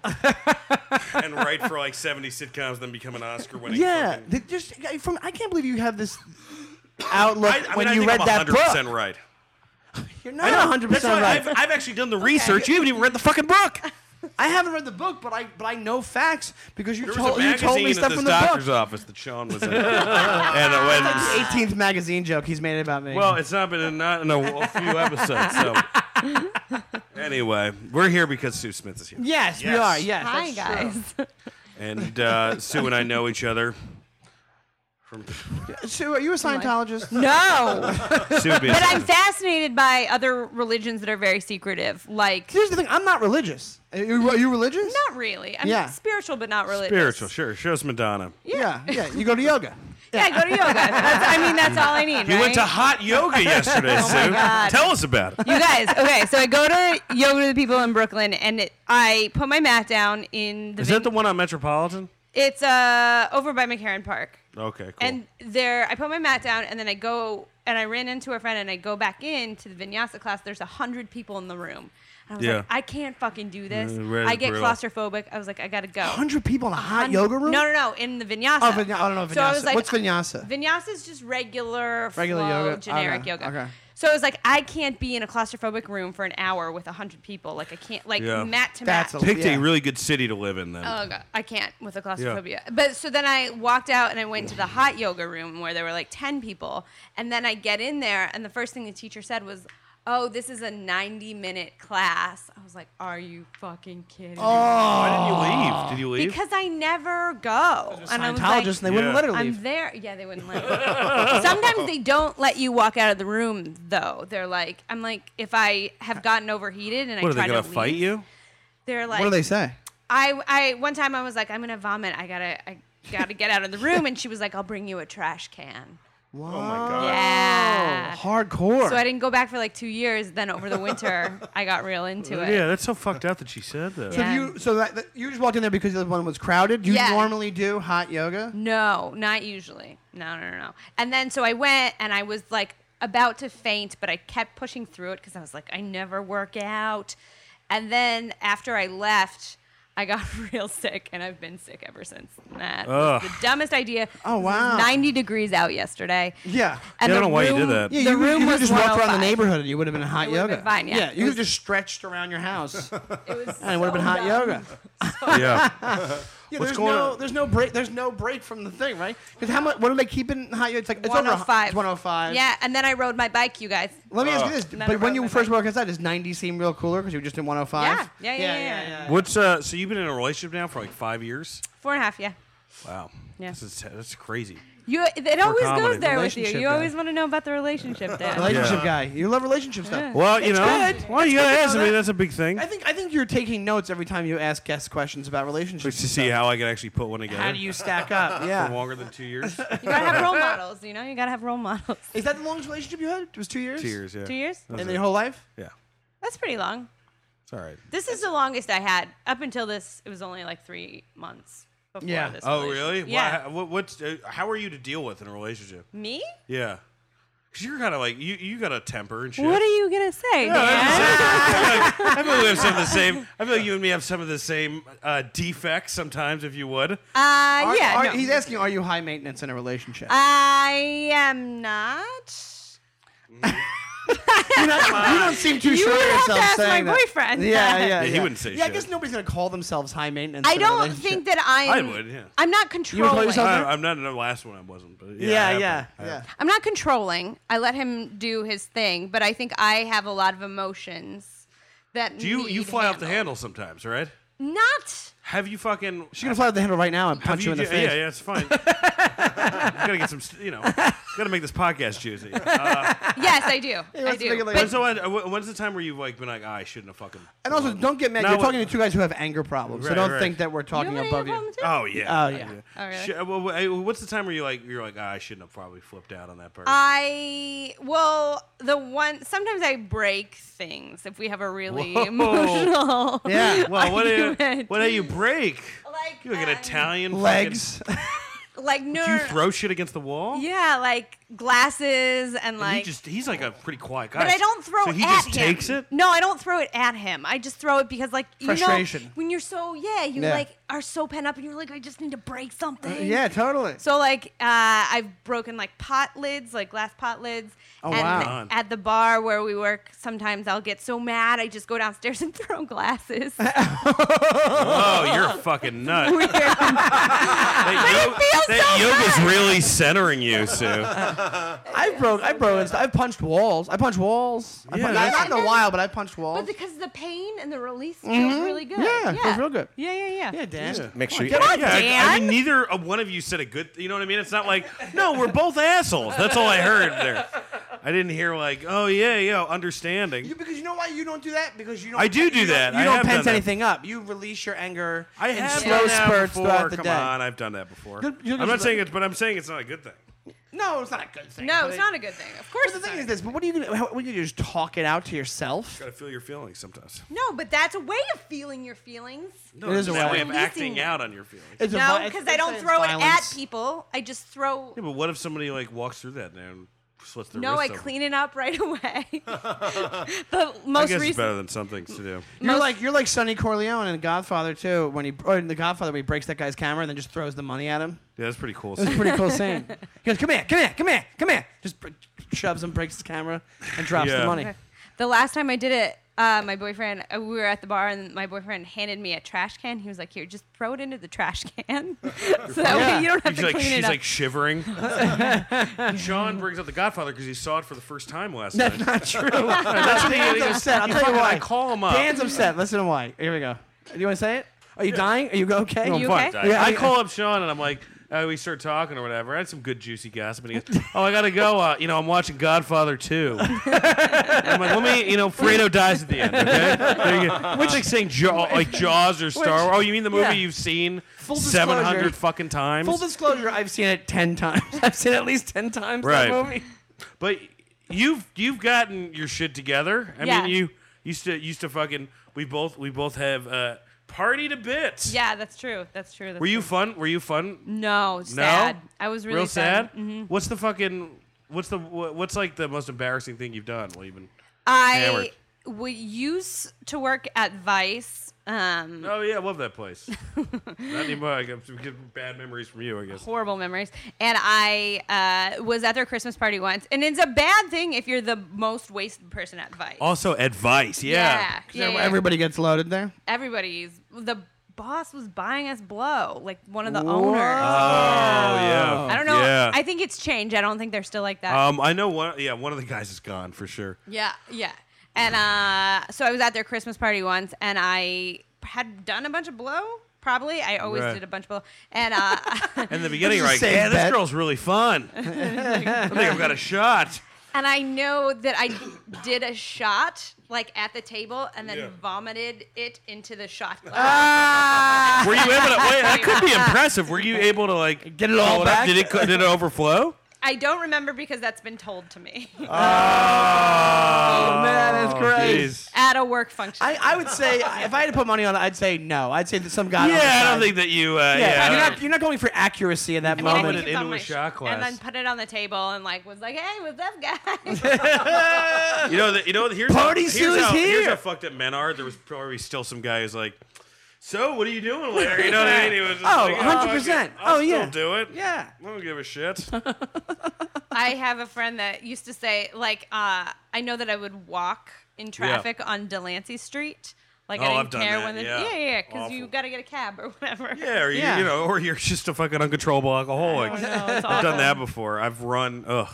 and write for like 70 sitcoms, then become an Oscar-winning.
Yeah,
fucking-
they just I- from I can't believe you have this outlook
I, I
when
mean,
you
I
read
think I'm
that book.
100% right.
You're not 100
That's why
percent right.
I've, I've actually done the research. You haven't even read the fucking book.
I haven't read the book, but I but I know facts because you
There was
told
a
you told
magazine
me
at
stuff
this
from the
doctor's
book.
office that Sean
*laughs*
was in, and it went.
18th magazine joke he's made about
*laughs*
me.
Well, it's not been in, not in a, a few episodes.
*laughs*
So anyway, we're here because Sue Smith is here,
yes, we
yes.
are. Yes,
Hi
that's true.
guys.
and uh, Sue and I know each other from
Sue, are you a Scientologist? *laughs*
*laughs* No,
Sue. But
but I'm fascinated by other religions that are very secretive, like
Here's the thing. I'm not religious. Are you, are you religious?
not really. I'm
Yeah.
spiritual, but not religious.
Spiritual, sure. Shows Madonna.
Yeah, yeah. You go to yoga.
Yeah, go to yoga. That's, I mean, that's all I need.
You went to *laughs*
right?
hot yoga yesterday, Sue.
God.
Tell us about it.
You guys, okay, so I go to Yoga to the People in Brooklyn, and it, I put my mat down in the.
Is that the one on Metropolitan?
It's uh over by McCarran Park.
Okay, cool.
And there, I put my mat down, and then I go and I ran into a friend, and I go back in to the vinyasa class. There's a hundred people in the room. And I was
Yeah.
like, I can't fucking do this.
Mm, very
I get
brutal.
claustrophobic. I was like, I gotta go.
Hundred people in a hot yoga room.
No, no, no, in the vinyasa.
Oh, viny- I don't know
So I was
vinyasa.
like,
What's vinyasa?
Vinyasa is just regular,
Regular
flow,
yoga?
generic
Okay,
yoga.
okay.
So I was like, I can't be in a claustrophobic room for an hour with a hundred people. Like I can't, like
Yeah.
mat to
That's
mat.
a-
Picked
yeah.
a really good city to live in, then.
Oh god, I can't with the claustrophobia. But so then I walked out and I went to the hot yoga room where there were like ten people, and then I get in there and the first thing the teacher said was, "Oh, this is a ninety-minute class." I was like, "Are you fucking kidding?" me?
Why didn't you leave? Did you leave?
Because I never go, and I was
Scientologists, and
like,
they
Yeah.
wouldn't let her leave.
I'm there. Yeah, they wouldn't let me. Sometimes they don't let you walk out of the room, though. They're like, I'm like, if I have gotten overheated and
what
I
are
try
they gonna
to
fight
leave,
you?
They're like,
what do they say?
I, I one time I was like, I'm gonna vomit. I gotta, I gotta get out of the room. And she was like, I'll bring you a trash can.
Wow.
Oh my god.
Yeah.
Oh, Hardcore.
uh, So I didn't go back for like two years. Then over the winter, I got real into it.
Yeah, that's so fucked up that she said that.
So
Yeah.
you so that, that- you just walked in there because the other one was crowded. You
Yeah.
normally do hot yoga.
No, not usually. No, no, no, no. And then so I went and I was like about to faint, but I kept pushing through it because I was like, I never work out. And then after I left, I got *laughs* real sick, and I've been sick ever since. That
Ugh.
was the dumbest idea.
Oh,
It was
wow.
Ninety degrees out yesterday.
Yeah.
I
And
don't
the
know why you did
room-
that.
Yeah,
the
you, could-
room
you
was
could just walk around the
105.
neighborhood and you would have been in hot
It would've
yoga.
been fine, yeah.
you could have just stretched around your
*laughs*
house and
It was.
it would have been hot yoga.
yeah.
Yeah,
What's
there's
going
no,
on?
there's no break. There's no break from the thing, right? Because how much? What do they keep in hot yoga? It's like it's oh over a hu-
105.
105.
Yeah, and then I rode my bike, you guys.
Let me ask you this:
Then I
But when
rode
you
my
first
bike.
walked outside, does 90 seem real cooler because you were just in 105?
Yeah, yeah, yeah, yeah, yeah.
What's uh? So you've been in a relationship now for like five years.
Four and a half, yeah.
Wow.
Yeah.
This is that's crazy.
You, it always
comedy.
goes there with you.
Relationship
You always
guy.
want to know about
*laughs*
the relationship there.
Relationship
Yeah.
guy, you love relationship stuff.
Well, you
It's
know,
good.
well, you gotta
It's good to
ask
know
me.
that.
That's a big thing.
I think I think you're taking notes every time you ask guests questions about
to
relationships.
see how I could actually put one together
How do you stack up?
for
Yeah.
longer than two years.
You gotta have role models, you know? You gotta have role models.
Is that the longest relationship you had? It was two years.
two years. Yeah.
Two years?
In your whole life?
Yeah.
That's pretty long.
It's all right.
This is the longest I had. Up until this, it was only like three months before
Yeah.
this.
Oh,
relationship.
really?
Yeah.
Why, what, what's uh, how are you to deal with in a relationship?
Me?
Yeah. Cause you're kind of like you, you got a temper and shit.
What are you gonna say?
Yeah,
Dan?
that's the same. I feel like we have some of the same. I feel like you and me have some of the same uh, defects sometimes. If you would,
Uh,
Are-
yeah.
are-
no.
He's asking, are you high maintenance in a relationship?
I am not.
You're not- you don't seem too
You
sure
would
of
have to
yourself
ask my
saying that.
boyfriend.
Yeah,
*laughs*
yeah,
Yeah,
he wouldn't say
Yeah, I
shit.
guess nobody's gonna call themselves high maintenance.
I
in a
don't
relationship.
think that I'm.
I would, yeah.
I'm not
would call
controlling.
yourself
I,
there-
I'm not in the last one. I wasn't, but yeah,
Yeah,
I
yeah,
have
yeah.
been. I have
I'm not controlling. I let him do his thing, but I think I have a lot of emotions that
Do you you
need
fly off the
handled.
handle sometimes, right?
Not.
Have you fucking?
She's gonna fly with the handle right now and punch you, in the
ju-
face.
Yeah, yeah, it's fine. gotta get some, st- you know, gotta make this podcast juicy. Uh,
Yes, I
*laughs*
do. I
wants to make
do.
it like-
But
so when, uh, when's the time where you've like been like, "Ah, I shouldn't have fucking.
And also,
won."
don't get mad.
Now
You're
what-
talking to two guys who have anger problems, so
Right,
don't
right.
think that we're
you
talking
have any
above you.
problems too?
Oh yeah.
Oh, yeah.
Oh, really?
Sh- uh, well, wh- uh, what's the time where you like you're like "Ah, I shouldn't have probably flipped out on that person?
Ah, I well, the one sometimes I break things if we have a really
Whoa. *laughs*
emotional.
*laughs* Yeah.
well, what do you,
argument.
what do you break?
Like,
you like an
um,
Italian fucking-
Legs.
*laughs*
*laughs*
Like no.
do you
no, no.
throw shit against the wall?
Yeah, like glasses and
And
like.
he just he's like a pretty quiet guy.
but I don't throw
So
it
he
at
just
him.
takes
*laughs*
it.
No, I don't throw it at him. I just throw it because, like, you know,
Frustration.
when you're so yeah, you
Yeah.
like are so pent up, and you're like, I just need to break something.
yeah, totally.
So like, uh, I've broken like pot lids, like glass pot lids.
Oh,
and
wow.
At the bar where we work, sometimes I'll get so mad, I just go downstairs *laughs* and throw glasses.
Oh, you're a fucking nut. *laughs* that
it feels
that
so
yoga's
good.
really centering you, Sue.
I've broke. I've broken. I've punched walls. I punch walls. I
Yeah,
punch, not,
that's-
not in a while, but I punched walls.
but because the pain and the release feels really good.
Mm-hmm. Yeah, it feels real good.
Yeah, yeah, yeah.
yeah, Dan.
Make sure you.
yeah, I, I
Dan.
mean, neither of one of you said a good. You know what I mean? It's not like no, we're both assholes. That's all I heard there. I didn't hear like, oh yeah, yeah, understanding.
You, because you know why you don't do that? Because you don't.
I do
you
do
don't-
that.
You
I
don't
have
pent
done that.
anything up. You release your anger
I
in
have
slow
done that
spurts
before.
throughout the
Come
day.
on, I've done that before.
You're- you're
I'm not
just
saying
like-
it's, but I'm saying it's not a good thing.
No, it's not a good thing.
No,
but
it's
it-
not a good thing. Of course,
But the
it's
thing
not.
is this: but what are you gonna? How, what are you gonna do, just talk it out to yourself?
Gotta feel your feelings sometimes.
No, but that's a way of feeling your feelings.
No,
It is
it's
a
that
way.
way of
Releasing
acting
it.
out on your feelings.
It's a
No,
vi-
because
it's-
I
it's
don't
a
throw it at
violence.
people. I just throw.
Yeah, but what if somebody like walks through that now and slits their
No,
wrist
I
open?
clean it up right *laughs* away. the
I
most
guess it's
recent.
better than some things to do.
You're
Most-
like you're like Sonny Corleone in Godfather too. When he or in the Godfather, when he breaks that guy's camera and then just throws the money at him.
Yeah, that's pretty
*laughs*
cool.
It's a pretty cool scene. He goes, "Come here, come here, come here, come here!" Just br- shoves him, breaks his camera, and drops
Yeah.
the money.
The last time I did it, uh, my boyfriend, uh, we were at the bar, and my boyfriend handed me a trash can. He was like, "Here, just throw it into the trash can, *laughs* so that way you don't have
She's
to
like,
clean
she's
it up."
like
*laughs*
shivering. Sean brings up The Godfather because he saw it for the first time
*laughs*
last night.
*laughs* That's true.
*laughs*
That's what Dan's upset. I'll tell you
fucking-
why.
I call him up.
Dan's upset. Listen to why. Here we go. Do you want to say it? Are you dying? Are you okay?
Are you okay?
I,
Yeah,
I
I-
call up Sean and I'm like, uh, we start talking or whatever. I had some good juicy gossip, and he
*laughs*
goes, "Oh, I gotta go. Uh, you know, I'm watching Godfather 2. I'm like, "Let me, you know, Fredo dies at the end. Okay, there you
*laughs*
go. Which like saying Jaw, like Jaws or Star Wars. Oh, you mean the movie
yeah.
you've seen
Full disclosure.
700 fucking times?
Full disclosure: I've seen it ten times. *laughs* I've seen it at least ten times.
Right.
That movie.
But you've you've gotten your shit together. I
Yeah.
mean, you used to used to fucking. We both we both have uh, party to bits.
yeah, that's true. That's true. That's
Were you
true.
fun? Were you fun?
no sad?
No.
I was really Mm-hmm.
Real sad. What's the fucking? What's the wha- what's like the most embarrassing thing you've done? Well, even
I
Hammered.
we used to work at Vice Um,
Oh yeah, I love that
*laughs*
place. Not anymore. I got some good bad memories from you, I guess.
horrible memories. And I uh, was at their Christmas party once, and it's a bad thing if you're the most wasted person at Vice.
Also, advice. Oh, Yeah.
yeah, yeah, yeah.
Everybody gets loaded there.
everybody's the boss was buying us blow, like one of the owners.
Oh yeah.
I don't know.
Yeah.
I think it's changed. I don't think they're still like that.
um, I know one. Yeah, one of the guys is gone for sure.
Yeah, yeah. And uh, so I was at their Christmas party once, and I had done a bunch of blow. Probably, I always
Right.
did a bunch of blow. And
*laughs*
uh,
In
*laughs*
the beginning, you're
a
like,
safe
yeah, this
bet."
girl's really fun. I think I've got a shot.
and I know that I did a shot like at the table, and then
Yeah. Ah.
vomited it into the shot glass.
Ah.
Were you able to? Wait,
*laughs*
that could be impressive. Were you able to like
Get it all
fill up?
back?
Did it did it overflow?
I don't remember because that's been told to me *laughs*
Oh,
man, that's great.
jeez.
at a work function.
I, I would say if I had to put money on it, I'd say no. I'd say that some guy. on the
Yeah, I
side-
don't think that you. Uh, yeah,
Yeah,
I
you're
don't-
not you're not going for accuracy in that
mean, I
Vomited
think
moment.
it's on
into
my
a shot
sh-
glass.
and then put it on the table and like was like, "Hey, what's up, guys?"
*laughs* You know, the, you know. Here's
Party
how,
Sue
here's
is
how, Here's
here.
how fucked up men are. There was probably still some guy who's like, "So, what are you doing
*laughs*
later?" You know what I mean? He was just
Oh,
like,
100%.
fuck it. I'll
Oh, yeah.
still do it.
Yeah.
I don't give a
*laughs*
shit.
I have a friend that used to say, like, uh, I know that I would walk in traffic on Delancey Street. Like,
Oh,
I
I've
didn't
done
care
that,
when the.
yeah.
Yeah, yeah, because
Awful.
you got to get a cab or whatever.
Yeah, or you,
Yeah. Oh,
you know, or you're just a fucking uncontrollable
*laughs*
alcoholic.
I know, Oh,
I've
it's awful.
done that before. I've run. Ugh.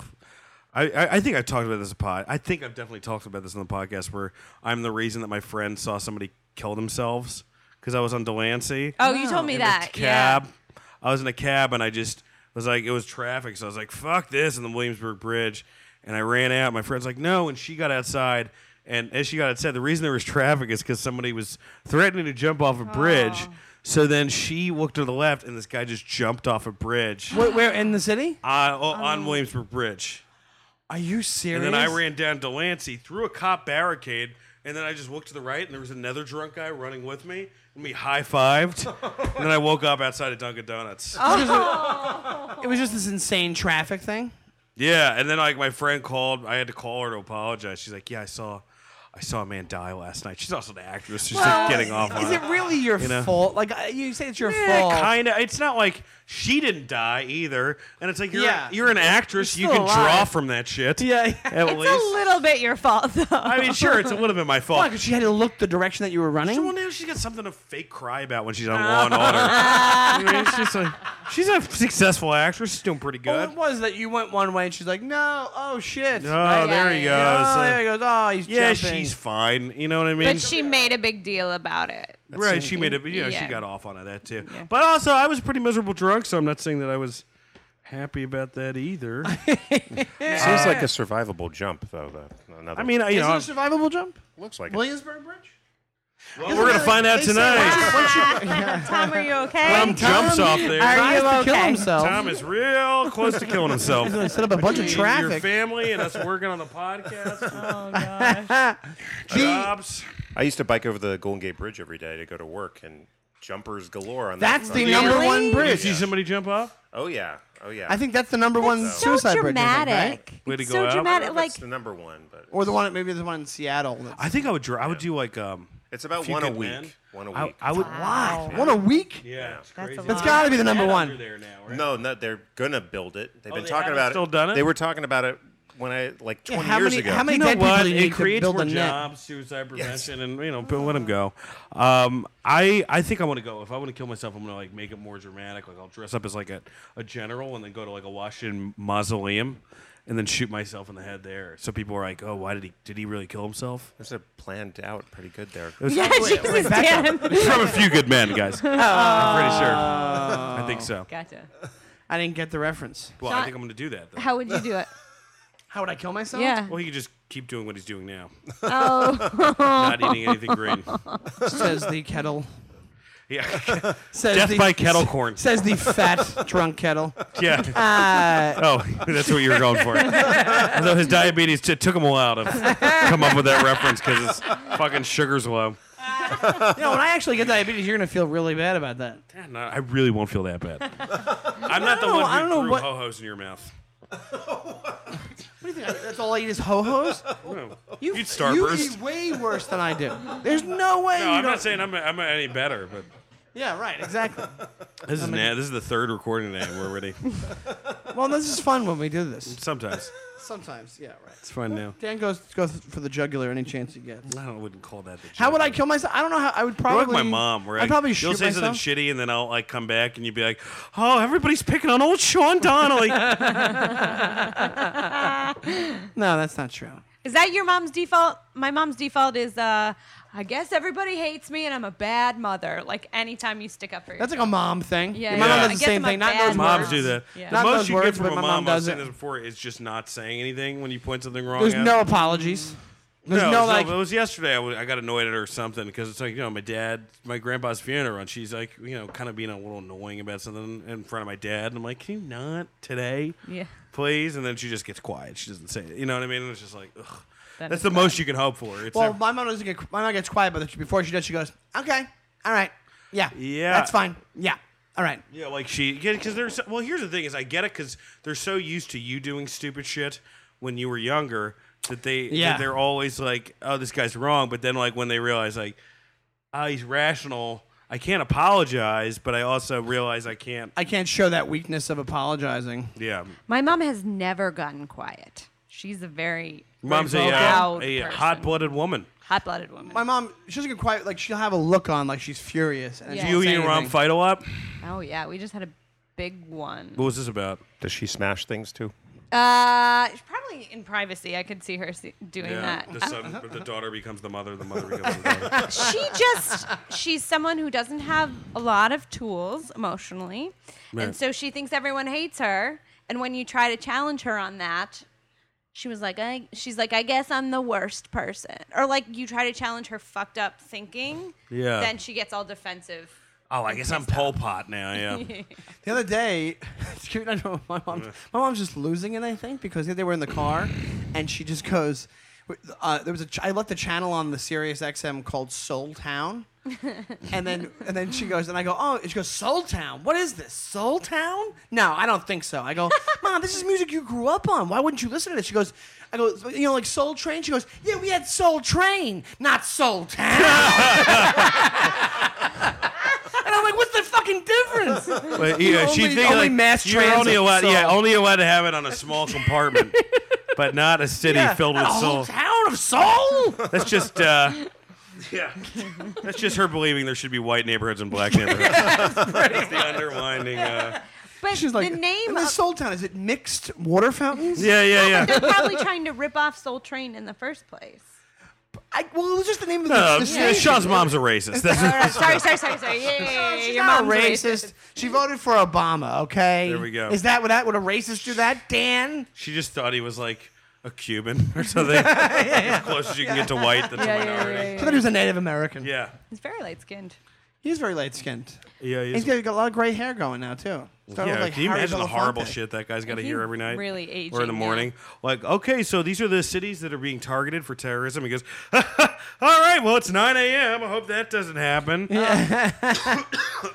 I, I, I think I've talked about this a pod. I think I've definitely talked about this on the podcast where I'm the reason that my friend saw somebody kill themselves because I was on Delancey.
Oh, you told me
in
that.
a cab. I was in a cab and I just was like, it was traffic, so I was like, fuck this, in the Williamsburg Bridge, and I ran out. My friend's like, no, and she got outside. And as she got outside, the reason there was traffic is because somebody was threatening to jump off a bridge. So then she looked to the left, and this guy just jumped off a bridge
Where, where in the city?
uh, o- on Williamsburg Bridge.
Are you serious?
And then I ran down Delancey through a cop barricade, and then I just looked to the right, and there was another drunk guy running with me, and we high fived. and then I woke up outside of Dunkin' Donuts.
It was just this insane traffic thing.
Yeah, and then like my friend called, I had to call her to apologize. She's like, "Yeah, I saw, I saw a man die last night." She's also an actress. She's like getting off on
Is it really your
know?
fault? Like I- you say, it's your fault.
Kind of. It's not like she didn't die either, and it's like you're
Yeah.
you're an actress.
You're
You
still
can draw
alive.
from that shit.
yeah. yeah.
at
It's
least.
a little bit your fault, though.
I mean, sure, it's a little
*laughs*
bit my fault.
Why? Because she had to look the direction that you were running.
Well, now she's got something to fake cry about when she's on Law and Order.
*laughs*
I mean, it's just like, she's a successful actress. She's doing pretty
Well,
good.
it was that you went one way and she's like, no, oh shit.
Oh, there he goes.
Oh,
Uh,
there he goes. Oh, he's
yeah,
jumping.
she's fine. You know what I mean?
But she made a big deal
*laughs*
about it.
Right, she made it. Yeah,
Yeah.
she got off on that too. But also, I was pretty miserable drunk, so I'm not saying that I was happy about that
*laughs*
either.
Seems like a survivable jump, though. though. Another,
I mean,
uh,
you know,
Is it a survivable jump?
looks like it.
Williamsburg Bridge?
we're gonna find out tonight.
*laughs* Tom, are you okay?
Tom jumps off there.
Tries to kill
okay?
himself.
Tom is real close to killing himself.
Set up a bunch of
Your
traffic. Oh,
family and us working on the
*laughs*
podcast,
The-
*laughs* jobs.
I used to bike over the Golden Gate Bridge every day to go to work, and jumpers galore on that.
that's the
front.
number
Really?
one
Did you
bridge.
see somebody jump off?
Oh yeah, oh yeah.
I think that's the number one
So
suicide bridge. I think, right?
dramatic.
Way to
It's
go,
so
Al.
I don't know
dramatic.
if
Like
it's the number one, but
Or the one, maybe the one in Seattle.
I think I would. Dr- I would do like um.
it's about
if you
one a
could
week.
win,
One a
I-
week.
I, would.
Wow. One a week?
Yeah, it's
That's a
crazy.
lot.
That's got to be the number
Under
one.
there now, right?
No, no, they're gonna build it. They've been
Oh, they
talking
haven't
about
still
it.
done it?
They were talking about it when I like 20
how
years
many-
ago.
how many-
you know
dead people
what?
do you need
It
to
creates
build
more
a net?
jobs, suicide prevention, and you know, but let them go. Um, I I think I want to go. If I want to kill myself, I'm gonna like make it more dramatic. Like I'll dress up as like a, a general and then go to like a Washington mausoleum, and then shoot myself in the head there. So people are like, "Oh, why did he? Did he really kill
*laughs*
himself?"
There's a planned out pretty good there.
yeah, Jesus, Dan.
*laughs* It's from a few good men,
*laughs*
guys. I'm pretty sure. I think so.
Gotcha.
I didn't get the reference.
Well, I
Not-
think I'm gonna do that. Though.
How would you do
*laughs*
it?
How would I kill myself?
Yeah.
well, he could just keep doing what he's doing now,
Oh,
not eating anything
*laughs*
green.
*laughs* Says the kettle.
Yeah, *laughs*
Says
death
the,
by kettle corn.
*laughs* Says the fat
*laughs*
drunk kettle. *laughs*
Yeah.
Uh,
Oh, *laughs* that's what you were going
*laughs*
for. Although his diabetes t- took him a while to come up with that reference because his fucking sugar's low.
you know, when I actually get diabetes, you're gonna feel really bad about that. *laughs*
Yeah, no, I really won't feel that bad. I'm not the
know-
one
I
who
don't know
threw
what-
ho hos in your mouth.
What do you think? I- *laughs* That's all I eat is ho hos. You,
You'd
you
starburst.
eat way worse than I do. There's no way.
No,
you
I'm
don't.
not saying I'm, I'm any better, but
Yeah, right. Exactly.
this is na- this is the third recording today. We're already
well, this is fun when we do this.
sometimes
Sometimes, yeah, right.
it's fun now.
Dan goes goes for the jugular any chance he gets.
*laughs* I don't, wouldn't call that. The
How
joke.
would I kill myself? I don't know how. I would
You're
probably.
like my mom, where
I'd
like,
probably
you'll
shoot
say
myself.
something shitty, and then I'll like come back, and you'd be like, "Oh, everybody's picking on old Sean Donnelly."
*laughs* no, that's not true.
Is that your mom's default? My mom's default is, uh, I guess everybody hates me and I'm a bad mother. Like anytime you stick up for yourself.
That's like a mom thing.
Yeah,
Your mom
yeah.
does
I
the
guess
same
I'm a
thing. Not
bad
those
mom.
Moms
words.
do that.
Yeah.
The
Not
most
those
you
words,
get
but
from a
my
mom,
mom
I've
does
seen
it.
this before, is just not saying anything when you point something wrong.
There's
out.
no apologies. There's no,
it was-
like.
it was yesterday. I, w- I got annoyed at her or something because it's like you know my dad, my grandpa's funeral, and she's like you know kind of being a little annoying about something in front of my dad, and I'm like, can you not today,
Yeah.
please? And then she just gets quiet. She doesn't say it. You know what I mean? And it's just like, ugh. that's
is
the most you can hope for. It's
well,
never-
my mom doesn't get. My mom gets quiet, but before she does, she goes, "Okay, all right, yeah,
Yeah.
that's fine, yeah, all right."
Yeah, like she, yeah, because there's. Well, here's the thing: is I get it because they're so used to you doing stupid shit when you were younger that they,
Yeah.
that they're always like, "Oh, this guy's wrong," but then like when they realize like, "Oh, he's rational," I can't apologize, but I also realize I can't.
I can't show that weakness of apologizing.
Yeah,
My mom has never gotten quiet. She's a very
mom's a,
very
uh,
loud
a
person.
hot-blooded woman.
hot-blooded woman.
My mom, she doesn't get quiet. Like she'll have a look on, like she's furious. And
Yeah.
she
You
won't
and
say
your mom
anything.
fight a lot.
oh yeah, we just had a big one.
What was this about?
Does she smash things too?
Uh, probably in privacy. I could see her se-
*laughs*
doing that.
the son, the daughter becomes the mother, the mother becomes the daughter.
she just she's someone who doesn't have a lot of tools emotionally
Right.
and so she thinks everyone hates her and when you try to challenge her on that she was like I, she's like i guess i'm the worst person or like you try to challenge her fucked up thinking
Yeah.
then she gets all defensive
Oh, I guess I'm Pol Pot now.
*laughs*
Yeah,
The other day, *laughs* it's cute, I know my mom. My mom's just losing it, I think, because the other day we're in the car, and she just goes. Uh, there was a. Ch- I left a channel on the Sirius XM called Soul Town, and then and then she goes, and I go, oh, and she goes, Soul Town. What is this, Soul Town? No, I don't think so. I go, mom, this is music you grew up on. Why wouldn't you listen to this? She goes, I go, you know, like Soul Train. She goes, yeah, we had Soul Train, not Soul Town. *laughs* and I'm like, what's the fucking difference?
but, yeah.
Only-
she thinks
only
like,
mass
you're only
transit,
allowed, yeah,
so-
only allowed to have it on a small compartment, but not a city filled
not
with
a
soul.
whole town of *laughs* soul.
That's just, uh, yeah, that's just her believing there should be white neighborhoods and black neighborhoods. that's the underlining. Uh,
but
She's like
the name
And this
of,
soul town is it mixed water fountains?
yeah, yeah, yeah.
they're probably trying to rip off soul train in the first place
I, well, it was just the name of the,
No,
the
yeah,
station.
Sean's mom's a racist. That's,
All right, sorry sorry sorry sorry yeah, yeah, yeah, yeah,
She's
your
not a
mom's
racist. She voted for Obama. Okay.
There we go.
Is that what that would a racist do? That Dan?
*laughs* she just thought he was like a Cuban or something. As close as you can get to white, that's a
yeah, yeah,
minority.
yeah,
I
yeah.
thought he was a Native American.
Yeah,
he's very light-skinned
He's very light skinned.
yeah,
He's got, got a lot of gray hair going now too. Started
Yeah,
with, like,
can you
Harry
imagine the
Belafonte.
horrible shit that guy's got to hear
He's
every night?
really
Or in the
aging now.
morning. Like, okay, so these are the cities that are being targeted for terrorism. He goes, *laughs* all right, well, it's 9 a.m. I hope that doesn't happen.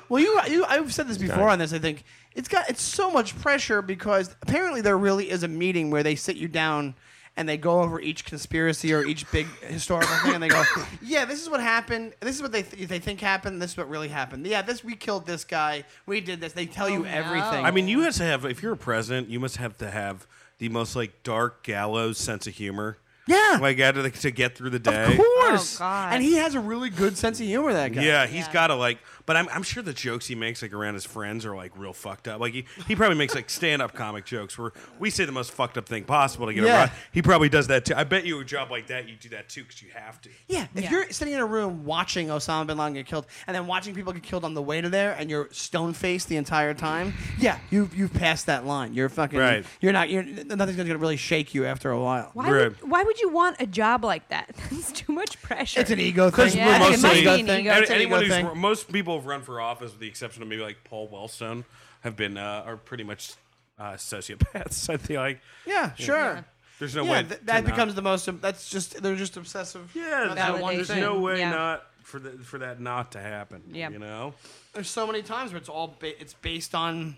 Well, you, you, I've said this before on this. I think it's got it's so much pressure because apparently there really is a meeting where they sit you down and they go over each conspiracy or each big historical thing, and
*coughs*
they go, "Yeah, this is what happened. This is what they th- they think happened. This is what really happened. Yeah, this we killed this guy. We did this. They tell you everything.
I mean, you have to have, if you're a president, you must have to have the most, like, dark gallows sense of humor.
Yeah.
Like, out of the, to get through the day.
of course.
Oh, God.
And he has a really good sense of humor. That guy.
Yeah, he's got to like, but I'm, I'm sure the jokes he makes like around his friends are like real fucked up. Like he, he probably makes like stand up comic jokes where we say the most fucked up thing possible to get
Yeah.
around. He probably does that too. I bet you a job like that you do that too because you have to.
Yeah, if you're sitting in a room watching Osama bin Laden get killed, and then watching people get killed on the way to there, and you're stone faced the entire time, yeah, you've you've passed that line. You're fucking.
Right.
You're not. You're nothing's gonna really shake you after a while.
Why
Right.
would, why would you want a job
*laughs*
like that? That's too much pressure.
It's an e- ego thing.
we're Yeah,
I think
mostly-
it's an
it might be an ego.
Any-
It's an
anyone
ego
who's
thing.
most people have run for office, with the exception of maybe like Paul Wellstone, have been uh, are pretty much uh, sociopaths. *laughs* I feel like
Yeah, sure. Yeah,
there's no way
th-
to
that
not-
becomes the most. That's just they're just obsessive.
yeah. There's,
about that
no-
one
there's
thing.
no way
Yeah.
not for the, for that not to happen.
Yeah.
you know.
There's so many times where it's all ba- it's based on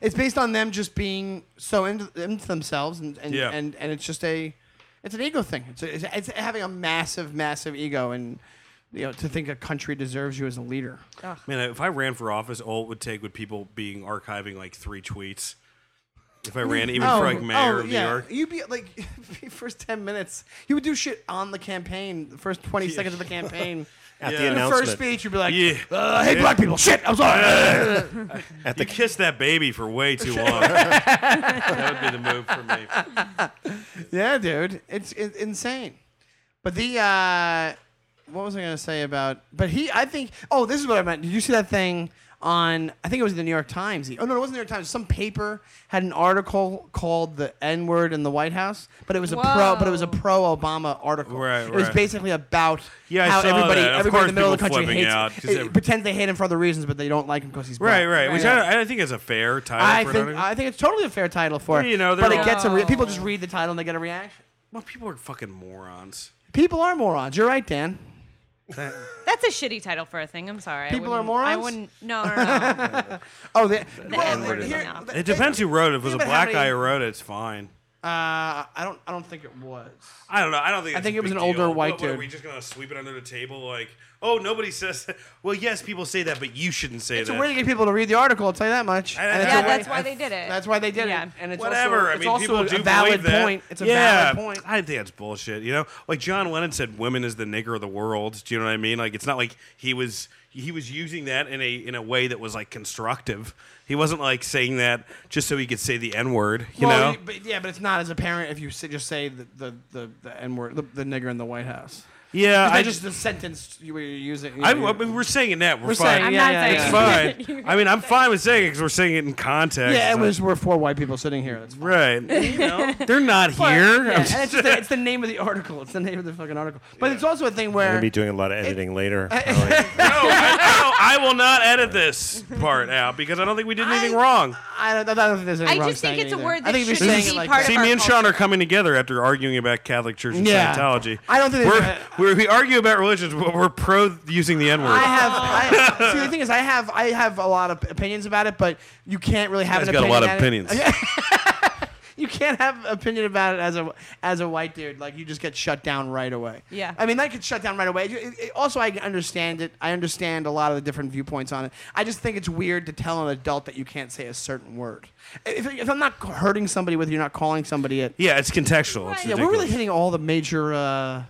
It's based on them just being so into, into themselves, and and,
Yeah.
and and it's just a, it's an ego thing. It's, a, it's, it's having a massive, massive ego, and you know to think a country deserves you as a leader.
Man, if I ran for office, all it would take would people being archiving like three tweets. If I ran even for like mayor
oh,
of New
yeah.
York,
You'd be like, *laughs* the first 10 minutes, you would do shit on the campaign, the first 20 seconds of the campaign.
*laughs*
At
Yeah.
the
The
The
announcement,
first speech, you'd be like,
Yeah.
uh, I hate black people. Shit, I'm sorry.
at the
you kissed that baby for way
*laughs*
too long. that would be the move for me.
yeah, dude. It's, it's insane. But the, uh, what was I going to say about, but he, I think, oh, this is what I meant. Did you see that thing on, I think it was the New York Times. He- Oh, no, it wasn't the New York Times. Some paper had an article called the N word in the White House, but it was a pro, but it was a
Whoa.
pro Obama article.
Right,
It was
right.
basically about
Yeah, I
how
saw
everybody,
that. Of
everybody in
course
the middle of the
people
country
flipping
hates,
out, 'cause
it-
every-
pretends they hate him for other reasons, but they don't like him because he's black.
Right, right. Which
Yeah.
I, I think is a fair title.
I
for
think
an
I
article.
think it's totally a fair title for it.
You know, they're
but it
all-
gets a re- people just read the title and they get a reaction.
well, people are fucking morons.
People are morons. You're right, Dan.
That's a shitty title for a thing. I'm sorry. I
People are
wouldn't- I
morons?
wouldn't.
*laughs*
No, no, no.
Oh, they,
The
well,
N-word is
here- uh,
enough.
th-
It depends who wrote it. If it was a
Yeah, but how
black
many-
guy who wrote it, it's fine.
Uh, I don't. I don't think it was.
I don't know. I don't think.
I
it's
think
a
it was
big
an older
deal.
white
What- what, Are
dude.
we just gonna sweep it under the table? Like, oh, nobody says. That. Well, yes, people say that, but you shouldn't say
It's
that.
a way to get people to read the article. I'll tell you that much.
I-
And it's
Yeah,
a way-
that's why they did it.
That's why they did
Yeah.
it. And it's
Whatever.
Also,
I
it's
mean,
also
people do
a valid
believe that.
point. It's a
yeah,
valid point.
I think that's bullshit. You know, like John Lennon said, "Women is the nigger of the world." Do you know what I mean? Like, it's not like he was he was using that in a in a way that was like constructive. He wasn't like saying that just so he could say the n word. You
well,
know?
but, yeah, but it's not as apparent if you s- just say the the the, the n word, the, the nigger in the White House.
yeah,
I
I just.
just the sentence you were using.
I, I mean, we're saying it now. We're, fine.
saying,
I'm
yeah,
not
yeah,
saying
yeah.
It's
*laughs*
fine. I mean, I'm fine with saying it because we're saying it in context.
Yeah, it
So-
was. We're four white people sitting here. That's fine.
*laughs*
*laughs*
right. You know, they're not here.
Yeah, and it's, just the, it's the name of the article. It's the name of the fucking article. But it's also a thing
I'm
where
gonna be doing a lot of editing
*laughs*
later. Oh, Probably.
No, I, *laughs* no, I will not edit this part out because I don't think we did anything wrong.
I don't, I don't think there's any.
I
wrong
just think
saying
it's a
either.
word
I
that
think if you're
shouldn't
saying it
be
like
part
that-
of
See,
our
me and Sean
culture.
are coming together after arguing about Catholic Church and
Yeah.
Scientology.
I don't think there's
we're, we're, we argue about religions, but we're pro using the N word.
I have. I, see, the thing is, I have. I have a lot of opinions about it, but you can't really have
Guys
an
got a
opinion
lot of
at it.
opinions.
*laughs* You can't have opinion about it as a as a white dude. Like you just get shut down right away.
Yeah.
I mean, that gets shut down right away. It- it- also, I understand it. I understand a lot of the different viewpoints on it. I just think it's weird to tell an adult that you can't say a certain word. If, if I'm not hurting somebody with it, you're not calling somebody it.
Yeah, it's contextual. It's
Yeah, we're really hitting all the major. Uh,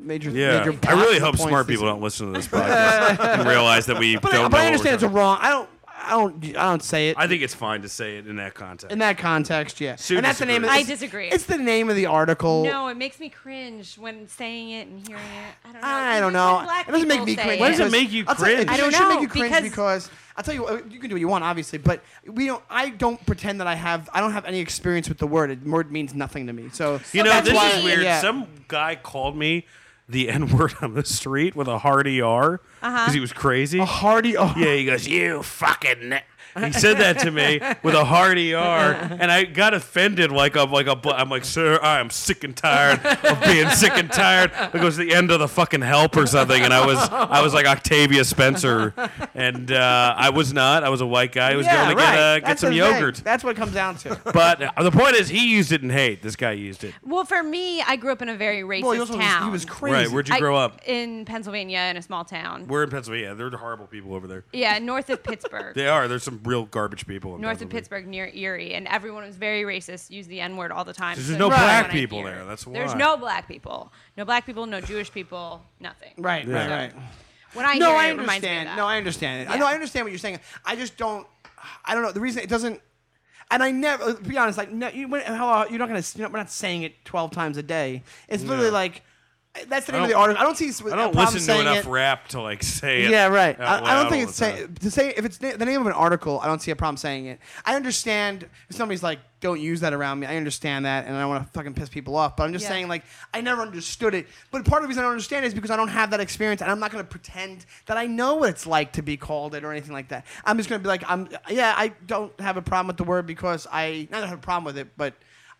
Major,
ridiculous.
major
yeah. I really
possible
hope
points
smart
this
people don't listen to
*laughs*
this podcast and realize that we
But,
don't.
I, but
know
I
what
understand
we're
it's a
doing.
wrong. I don't. I don't. I don't say it
I think it's fine to say it in that context.
in that context. Yeah,
Sue
and that's the name. Of,
disagrees.
I disagree.
It's the name of the article.
*laughs* No, it makes me cringe when saying it and hearing it. I don't know. Even
I don't
when
know.
black
It doesn't make
people
me
say
cringe.
Why does it
because-
make you
I'll tell
cringe?
It
I
don't
should
know,
make you cringe because,
because-
I'll tell you, what, you can do what you want, obviously, but we don't. I don't pretend that I have. I don't have any experience with the word. It word means nothing to me. So
You know,
that's
this
why-
is weird.
yeah.
Some guy called me the N word on the street with a hard ER because he was crazy.
Uh-huh. a hardy. Oh,
Yeah, he goes, You fucking. na-" He said that to me with a hard ER, and I got offended. Like I'm like a, bl- I'm like, sir, I am sick and tired of being sick and tired. It goes the end of the fucking help or something, and I was I was like Octavia Spencer, and uh, I was not. I was a white guy who was
yeah,
going to
right.
get uh, get
That's
some
the
yogurt.
Thing. That's what it comes down to.
But uh, the point is, he used it in hate. This guy used it.
Well, for me, I grew up in a very racist
well, he, also was,
town.
he was crazy.
Right? Where'd you
I-
grow up?
in Pennsylvania in a small town.
We're in Pennsylvania. They're horrible people over there.
yeah, north
*laughs*
of Pittsburgh.
They are. There's some real garbage people. In
north of
Pennsylvania.
Pittsburgh near Erie, and everyone was very racist, used the N word all the time.
There's
So
no
Right.
black
when I
people
hear-
there. That's why.
There's no black people. No black people, no Jewish people, nothing.
Right,
Yeah.
right, right.
When I
no,
hear
I
it, it reminds me of
understand.
that.
No, I understand. it. I
Yeah.
know I understand what you're saying. I just don't. I don't know the reason it doesn't. And I never let's be honest. Like, no, you, when- how, uh, you're not gonna. You know, we're not saying it 12 times a day. It's literally like that's the name of the
don't-
article. I don't see.
I don't listen to enough rap to like say it.
Yeah, right.
out
I, I don't
loud
think
all
it's
the time.
say, to say if it's na- the name of an article. I don't see a problem saying it. I understand if somebody's like, "Don't use that around me." I understand that, and I don't want to fucking piss people off. But I'm just
Yeah.
saying, like, I never understood it. But part of the reason I don't understand it is because I don't have that experience, and I'm not going to pretend that I know what it's like to be called it or anything like that. I'm just going to be like, "I'm yeah, I don't have a problem with the word because I not that I have a problem with it, but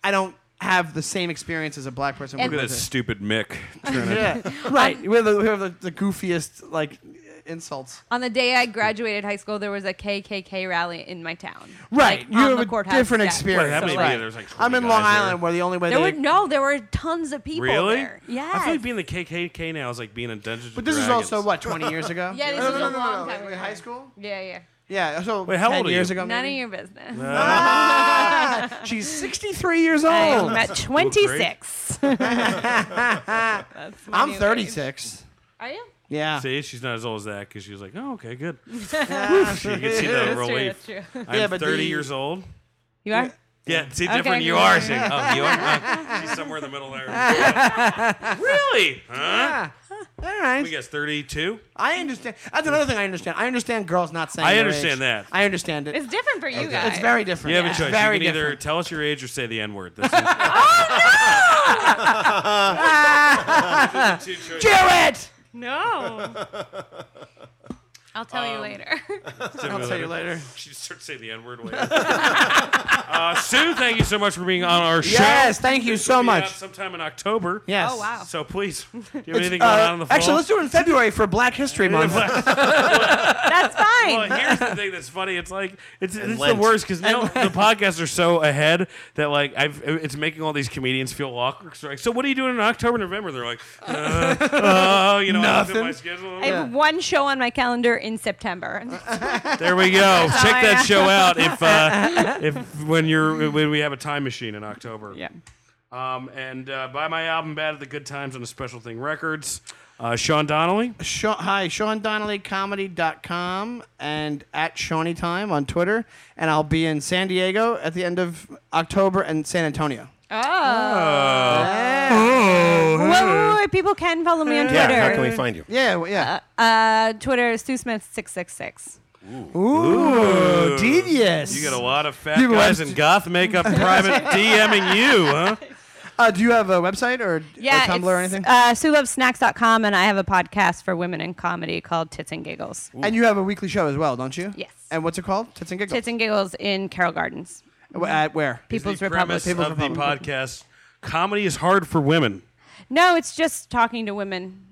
I don't." Have the same experience as a black person.
And-
*laughs* would
Look at
with
that
*laughs*
it.
stupid Mick. trying to-
Yeah, right. we have, the, we have the, the goofiest like insults.
On the day I graduated high school, there was a KKK rally in my town.
Right,
Like,
you
on
have
the
a
courthouse
different
steps.
experience.
Wait, how many
Right.
people? There's like 20
I'm in Long
guys there.
Island, where the only way
There
they
were no, there were tons of people
Really?
there. Yeah.
I feel like being the KKK now is like being a dungeon.
But this is also what 20 years ago.
Yeah, this
no,
is
no,
a
no, no,
long
no,
time
wait,
ago.
High school?
yeah, yeah.
Yeah. So
Wait, how
10
old are
years
you?
ago.
None of
maybe?
your business.
Ah, she's 63 years old.
*laughs*
I'm at 26.
*laughs*
*laughs*
I'm 36.
Are you?
Yeah.
See, she's not as old as that because she was like, "Oh, okay,
*laughs*
good." you
Ah,
can see the relief.
true.
I'm
Yeah, but
30
the-
years old.
You are?
Yeah, see, different. You
yeah,
are.
*laughs*
yeah,
See, oh, you are. Oh, she's somewhere in the middle there. really? Huh?
ah,
We
All right.
guess 32.
I understand. That's another thing I understand. I understand girls not saying.
I
their
understand
age.
that.
I understand it.
It's
It's,
different for you guys.
very different.
You have a
It's
choice. You
Very
can either
different.
tell us your age or say the N word.
*laughs*
This is Oh,
*laughs*
two choices.
Do it.
No. *laughs* I'll tell you later.
I'll tell you later.
*laughs* She just starts saying the N word. uh, Sue, thank you so much for being on our show.
Yes. Thank you so
Be out
much.
Sometime in October.
Yes.
*laughs* Oh, wow.
So please, do you have anything going on
Uh,
in the fall?
actually, let's do it in February for Black History Month.
That's fine.
Well, here's *laughs* the thing that's funny. It's like it's, it's the
Lent.
worst because now the podcasts are so ahead that like I've it's making all these comedians feel awkward. So like, so what are you doing in October, November? They're like, uh, oh, you know, I looked at my
Nothing.
schedule.
I have one show on my calendar in September. *laughs*
There we go. Check
I
that
am.
show out if uh, if when you're when we have a time machine in October. Yeah. Um, and uh, buy my album "Bad at the Good Times" on a Special Thing Records. Uh, Sean Donnelly.
Sean, hi, SeanDonnellyComedy.com and at Shawnee Time on Twitter. And I'll be in San Diego at the end of October and San Antonio.
Oh.
Oh,
Wait, wait, wait, people can follow me on Twitter.
Yeah, how can we find you?
Yeah, well, yeah.
uh, Twitter is Sue Smith six six six.
Ooh, Oh, devious.
You got a lot of fat
You
guys
want-
in goth makeup private DMing you, huh?
uh, do you have a website or,
Yeah,
or Tumblr or anything?
Uh, SueLovesSnacks.com, and I have a podcast for women in comedy called Tits and Giggles.
and you have a weekly show as well, don't you?
Yes.
And what's it called? Tits and Giggles.
Tits and Giggles in Carroll Gardens,
W- At where?
People's
the
Republic.
premise of the podcast. Comedy is hard for women.
No, it's just talking to women,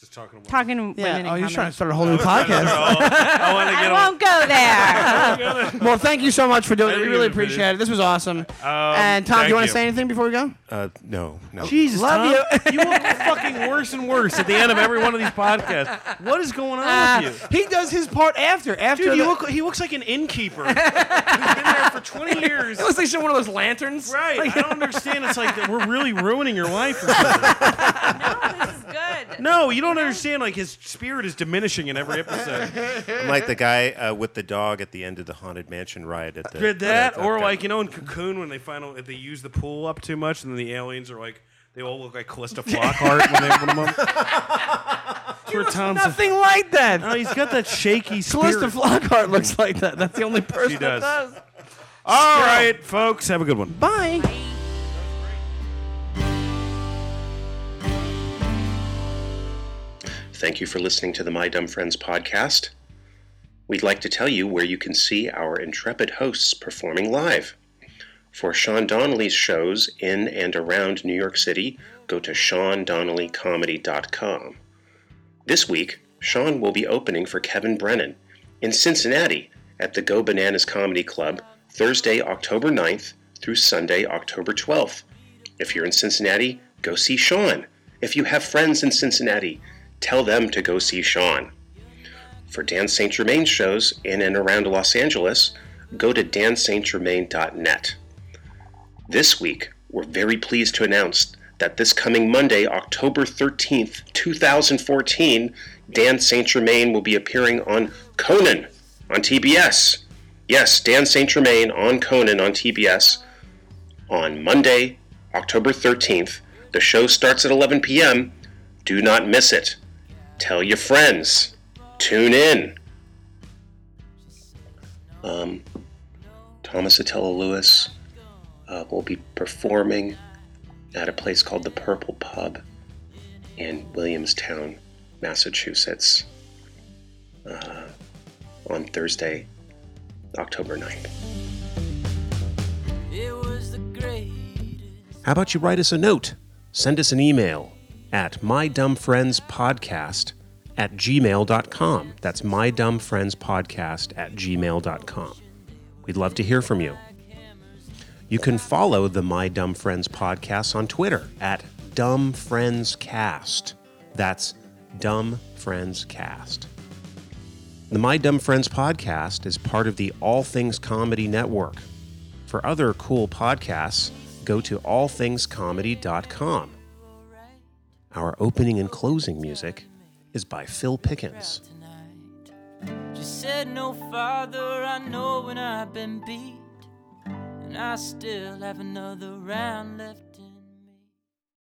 Just talking. To
talking to
Yeah.
women.
Oh, you're
in comedy.
trying to start a whole new
*laughs*
podcast.
I want to
I
get
won't go
*laughs*
there.
well, thank you so much for doing it. We
didn't
really
even finish.
appreciate it. This was awesome. and Tom, do
Um, thank
you want to
you.
say anything before we go?
Uh, no, no.
Jesus,
Love
Tom. you. are fucking worse and worse at the end of every one of these podcasts. What is going on with you?
*laughs* He does his part after. After
Dude,
the-
you look, he looks like an
*laughs*
innkeeper. He's been there for 20 years.
It looks like one of those lanterns.
Right. I don't understand. It's like that we're really ruining your life. or
this is good.
No, you don't understand. Like his spirit is diminishing in every episode.
I'm like the guy uh, with the dog at the end of the haunted mansion ride at the.
Did that, or
okay.
like you know in Cocoon when they final if they use the pool up too much and then the aliens are like they all look like Callista Flockhart when they put them up.
*laughs*
That's where Tom's.
Nothing like that.
No, he's got that shaky spirit.
Calista Flockhart looks like that. That's the only person
She
that
does.
does.
all right, folks, have a good one.
Bye.
Thank you for listening to the My Dumb Friends podcast. We'd like to tell you where you can see our intrepid hosts performing live. For Sean Donnelly's shows in and around New York City, go to SeanDonnellyComedy.com. This week, Sean will be opening for Kevin Brennan in Cincinnati at the Go Bananas Comedy Club Thursday, October 9th through Sunday, October 12th. If you're in Cincinnati, go see Sean. If you have friends in Cincinnati, tell them to go see Sean. For Dan St. Germain shows in and around Los Angeles, go to danstgermain.net. This week, we're very pleased to announce that this coming Monday, October 13th, 2014, Dan St. Germain will be appearing on Conan on TBS. Yes, Dan St. Germain on Conan on TBS on Monday, October 13th. The show starts at 11 p.m. Do not miss it. Tell your friends. Tune in. Um, Thomas Attila Lewis uh, will be performing at a place called the Purple Pub in Williamstown, Massachusetts, uh, on Thursday, October 9th. How about you write us a note? Send us an email at mydumbfriendspodcast
at gmail.com. That's my dumb friends podcast at gmail.com. We'd love to hear from you. You can follow the My Dumb Friends podcast on Twitter at Dumb Friends Cast. That's Dumb Friends Cast. The My Dumb Friends podcast is part of the All Things Comedy Network. For other cool podcasts, go to allthingscomedy.com. Our opening and closing music is by Phil Pickens.
She said, No, Father, I know when I've been beat, and I still have another round left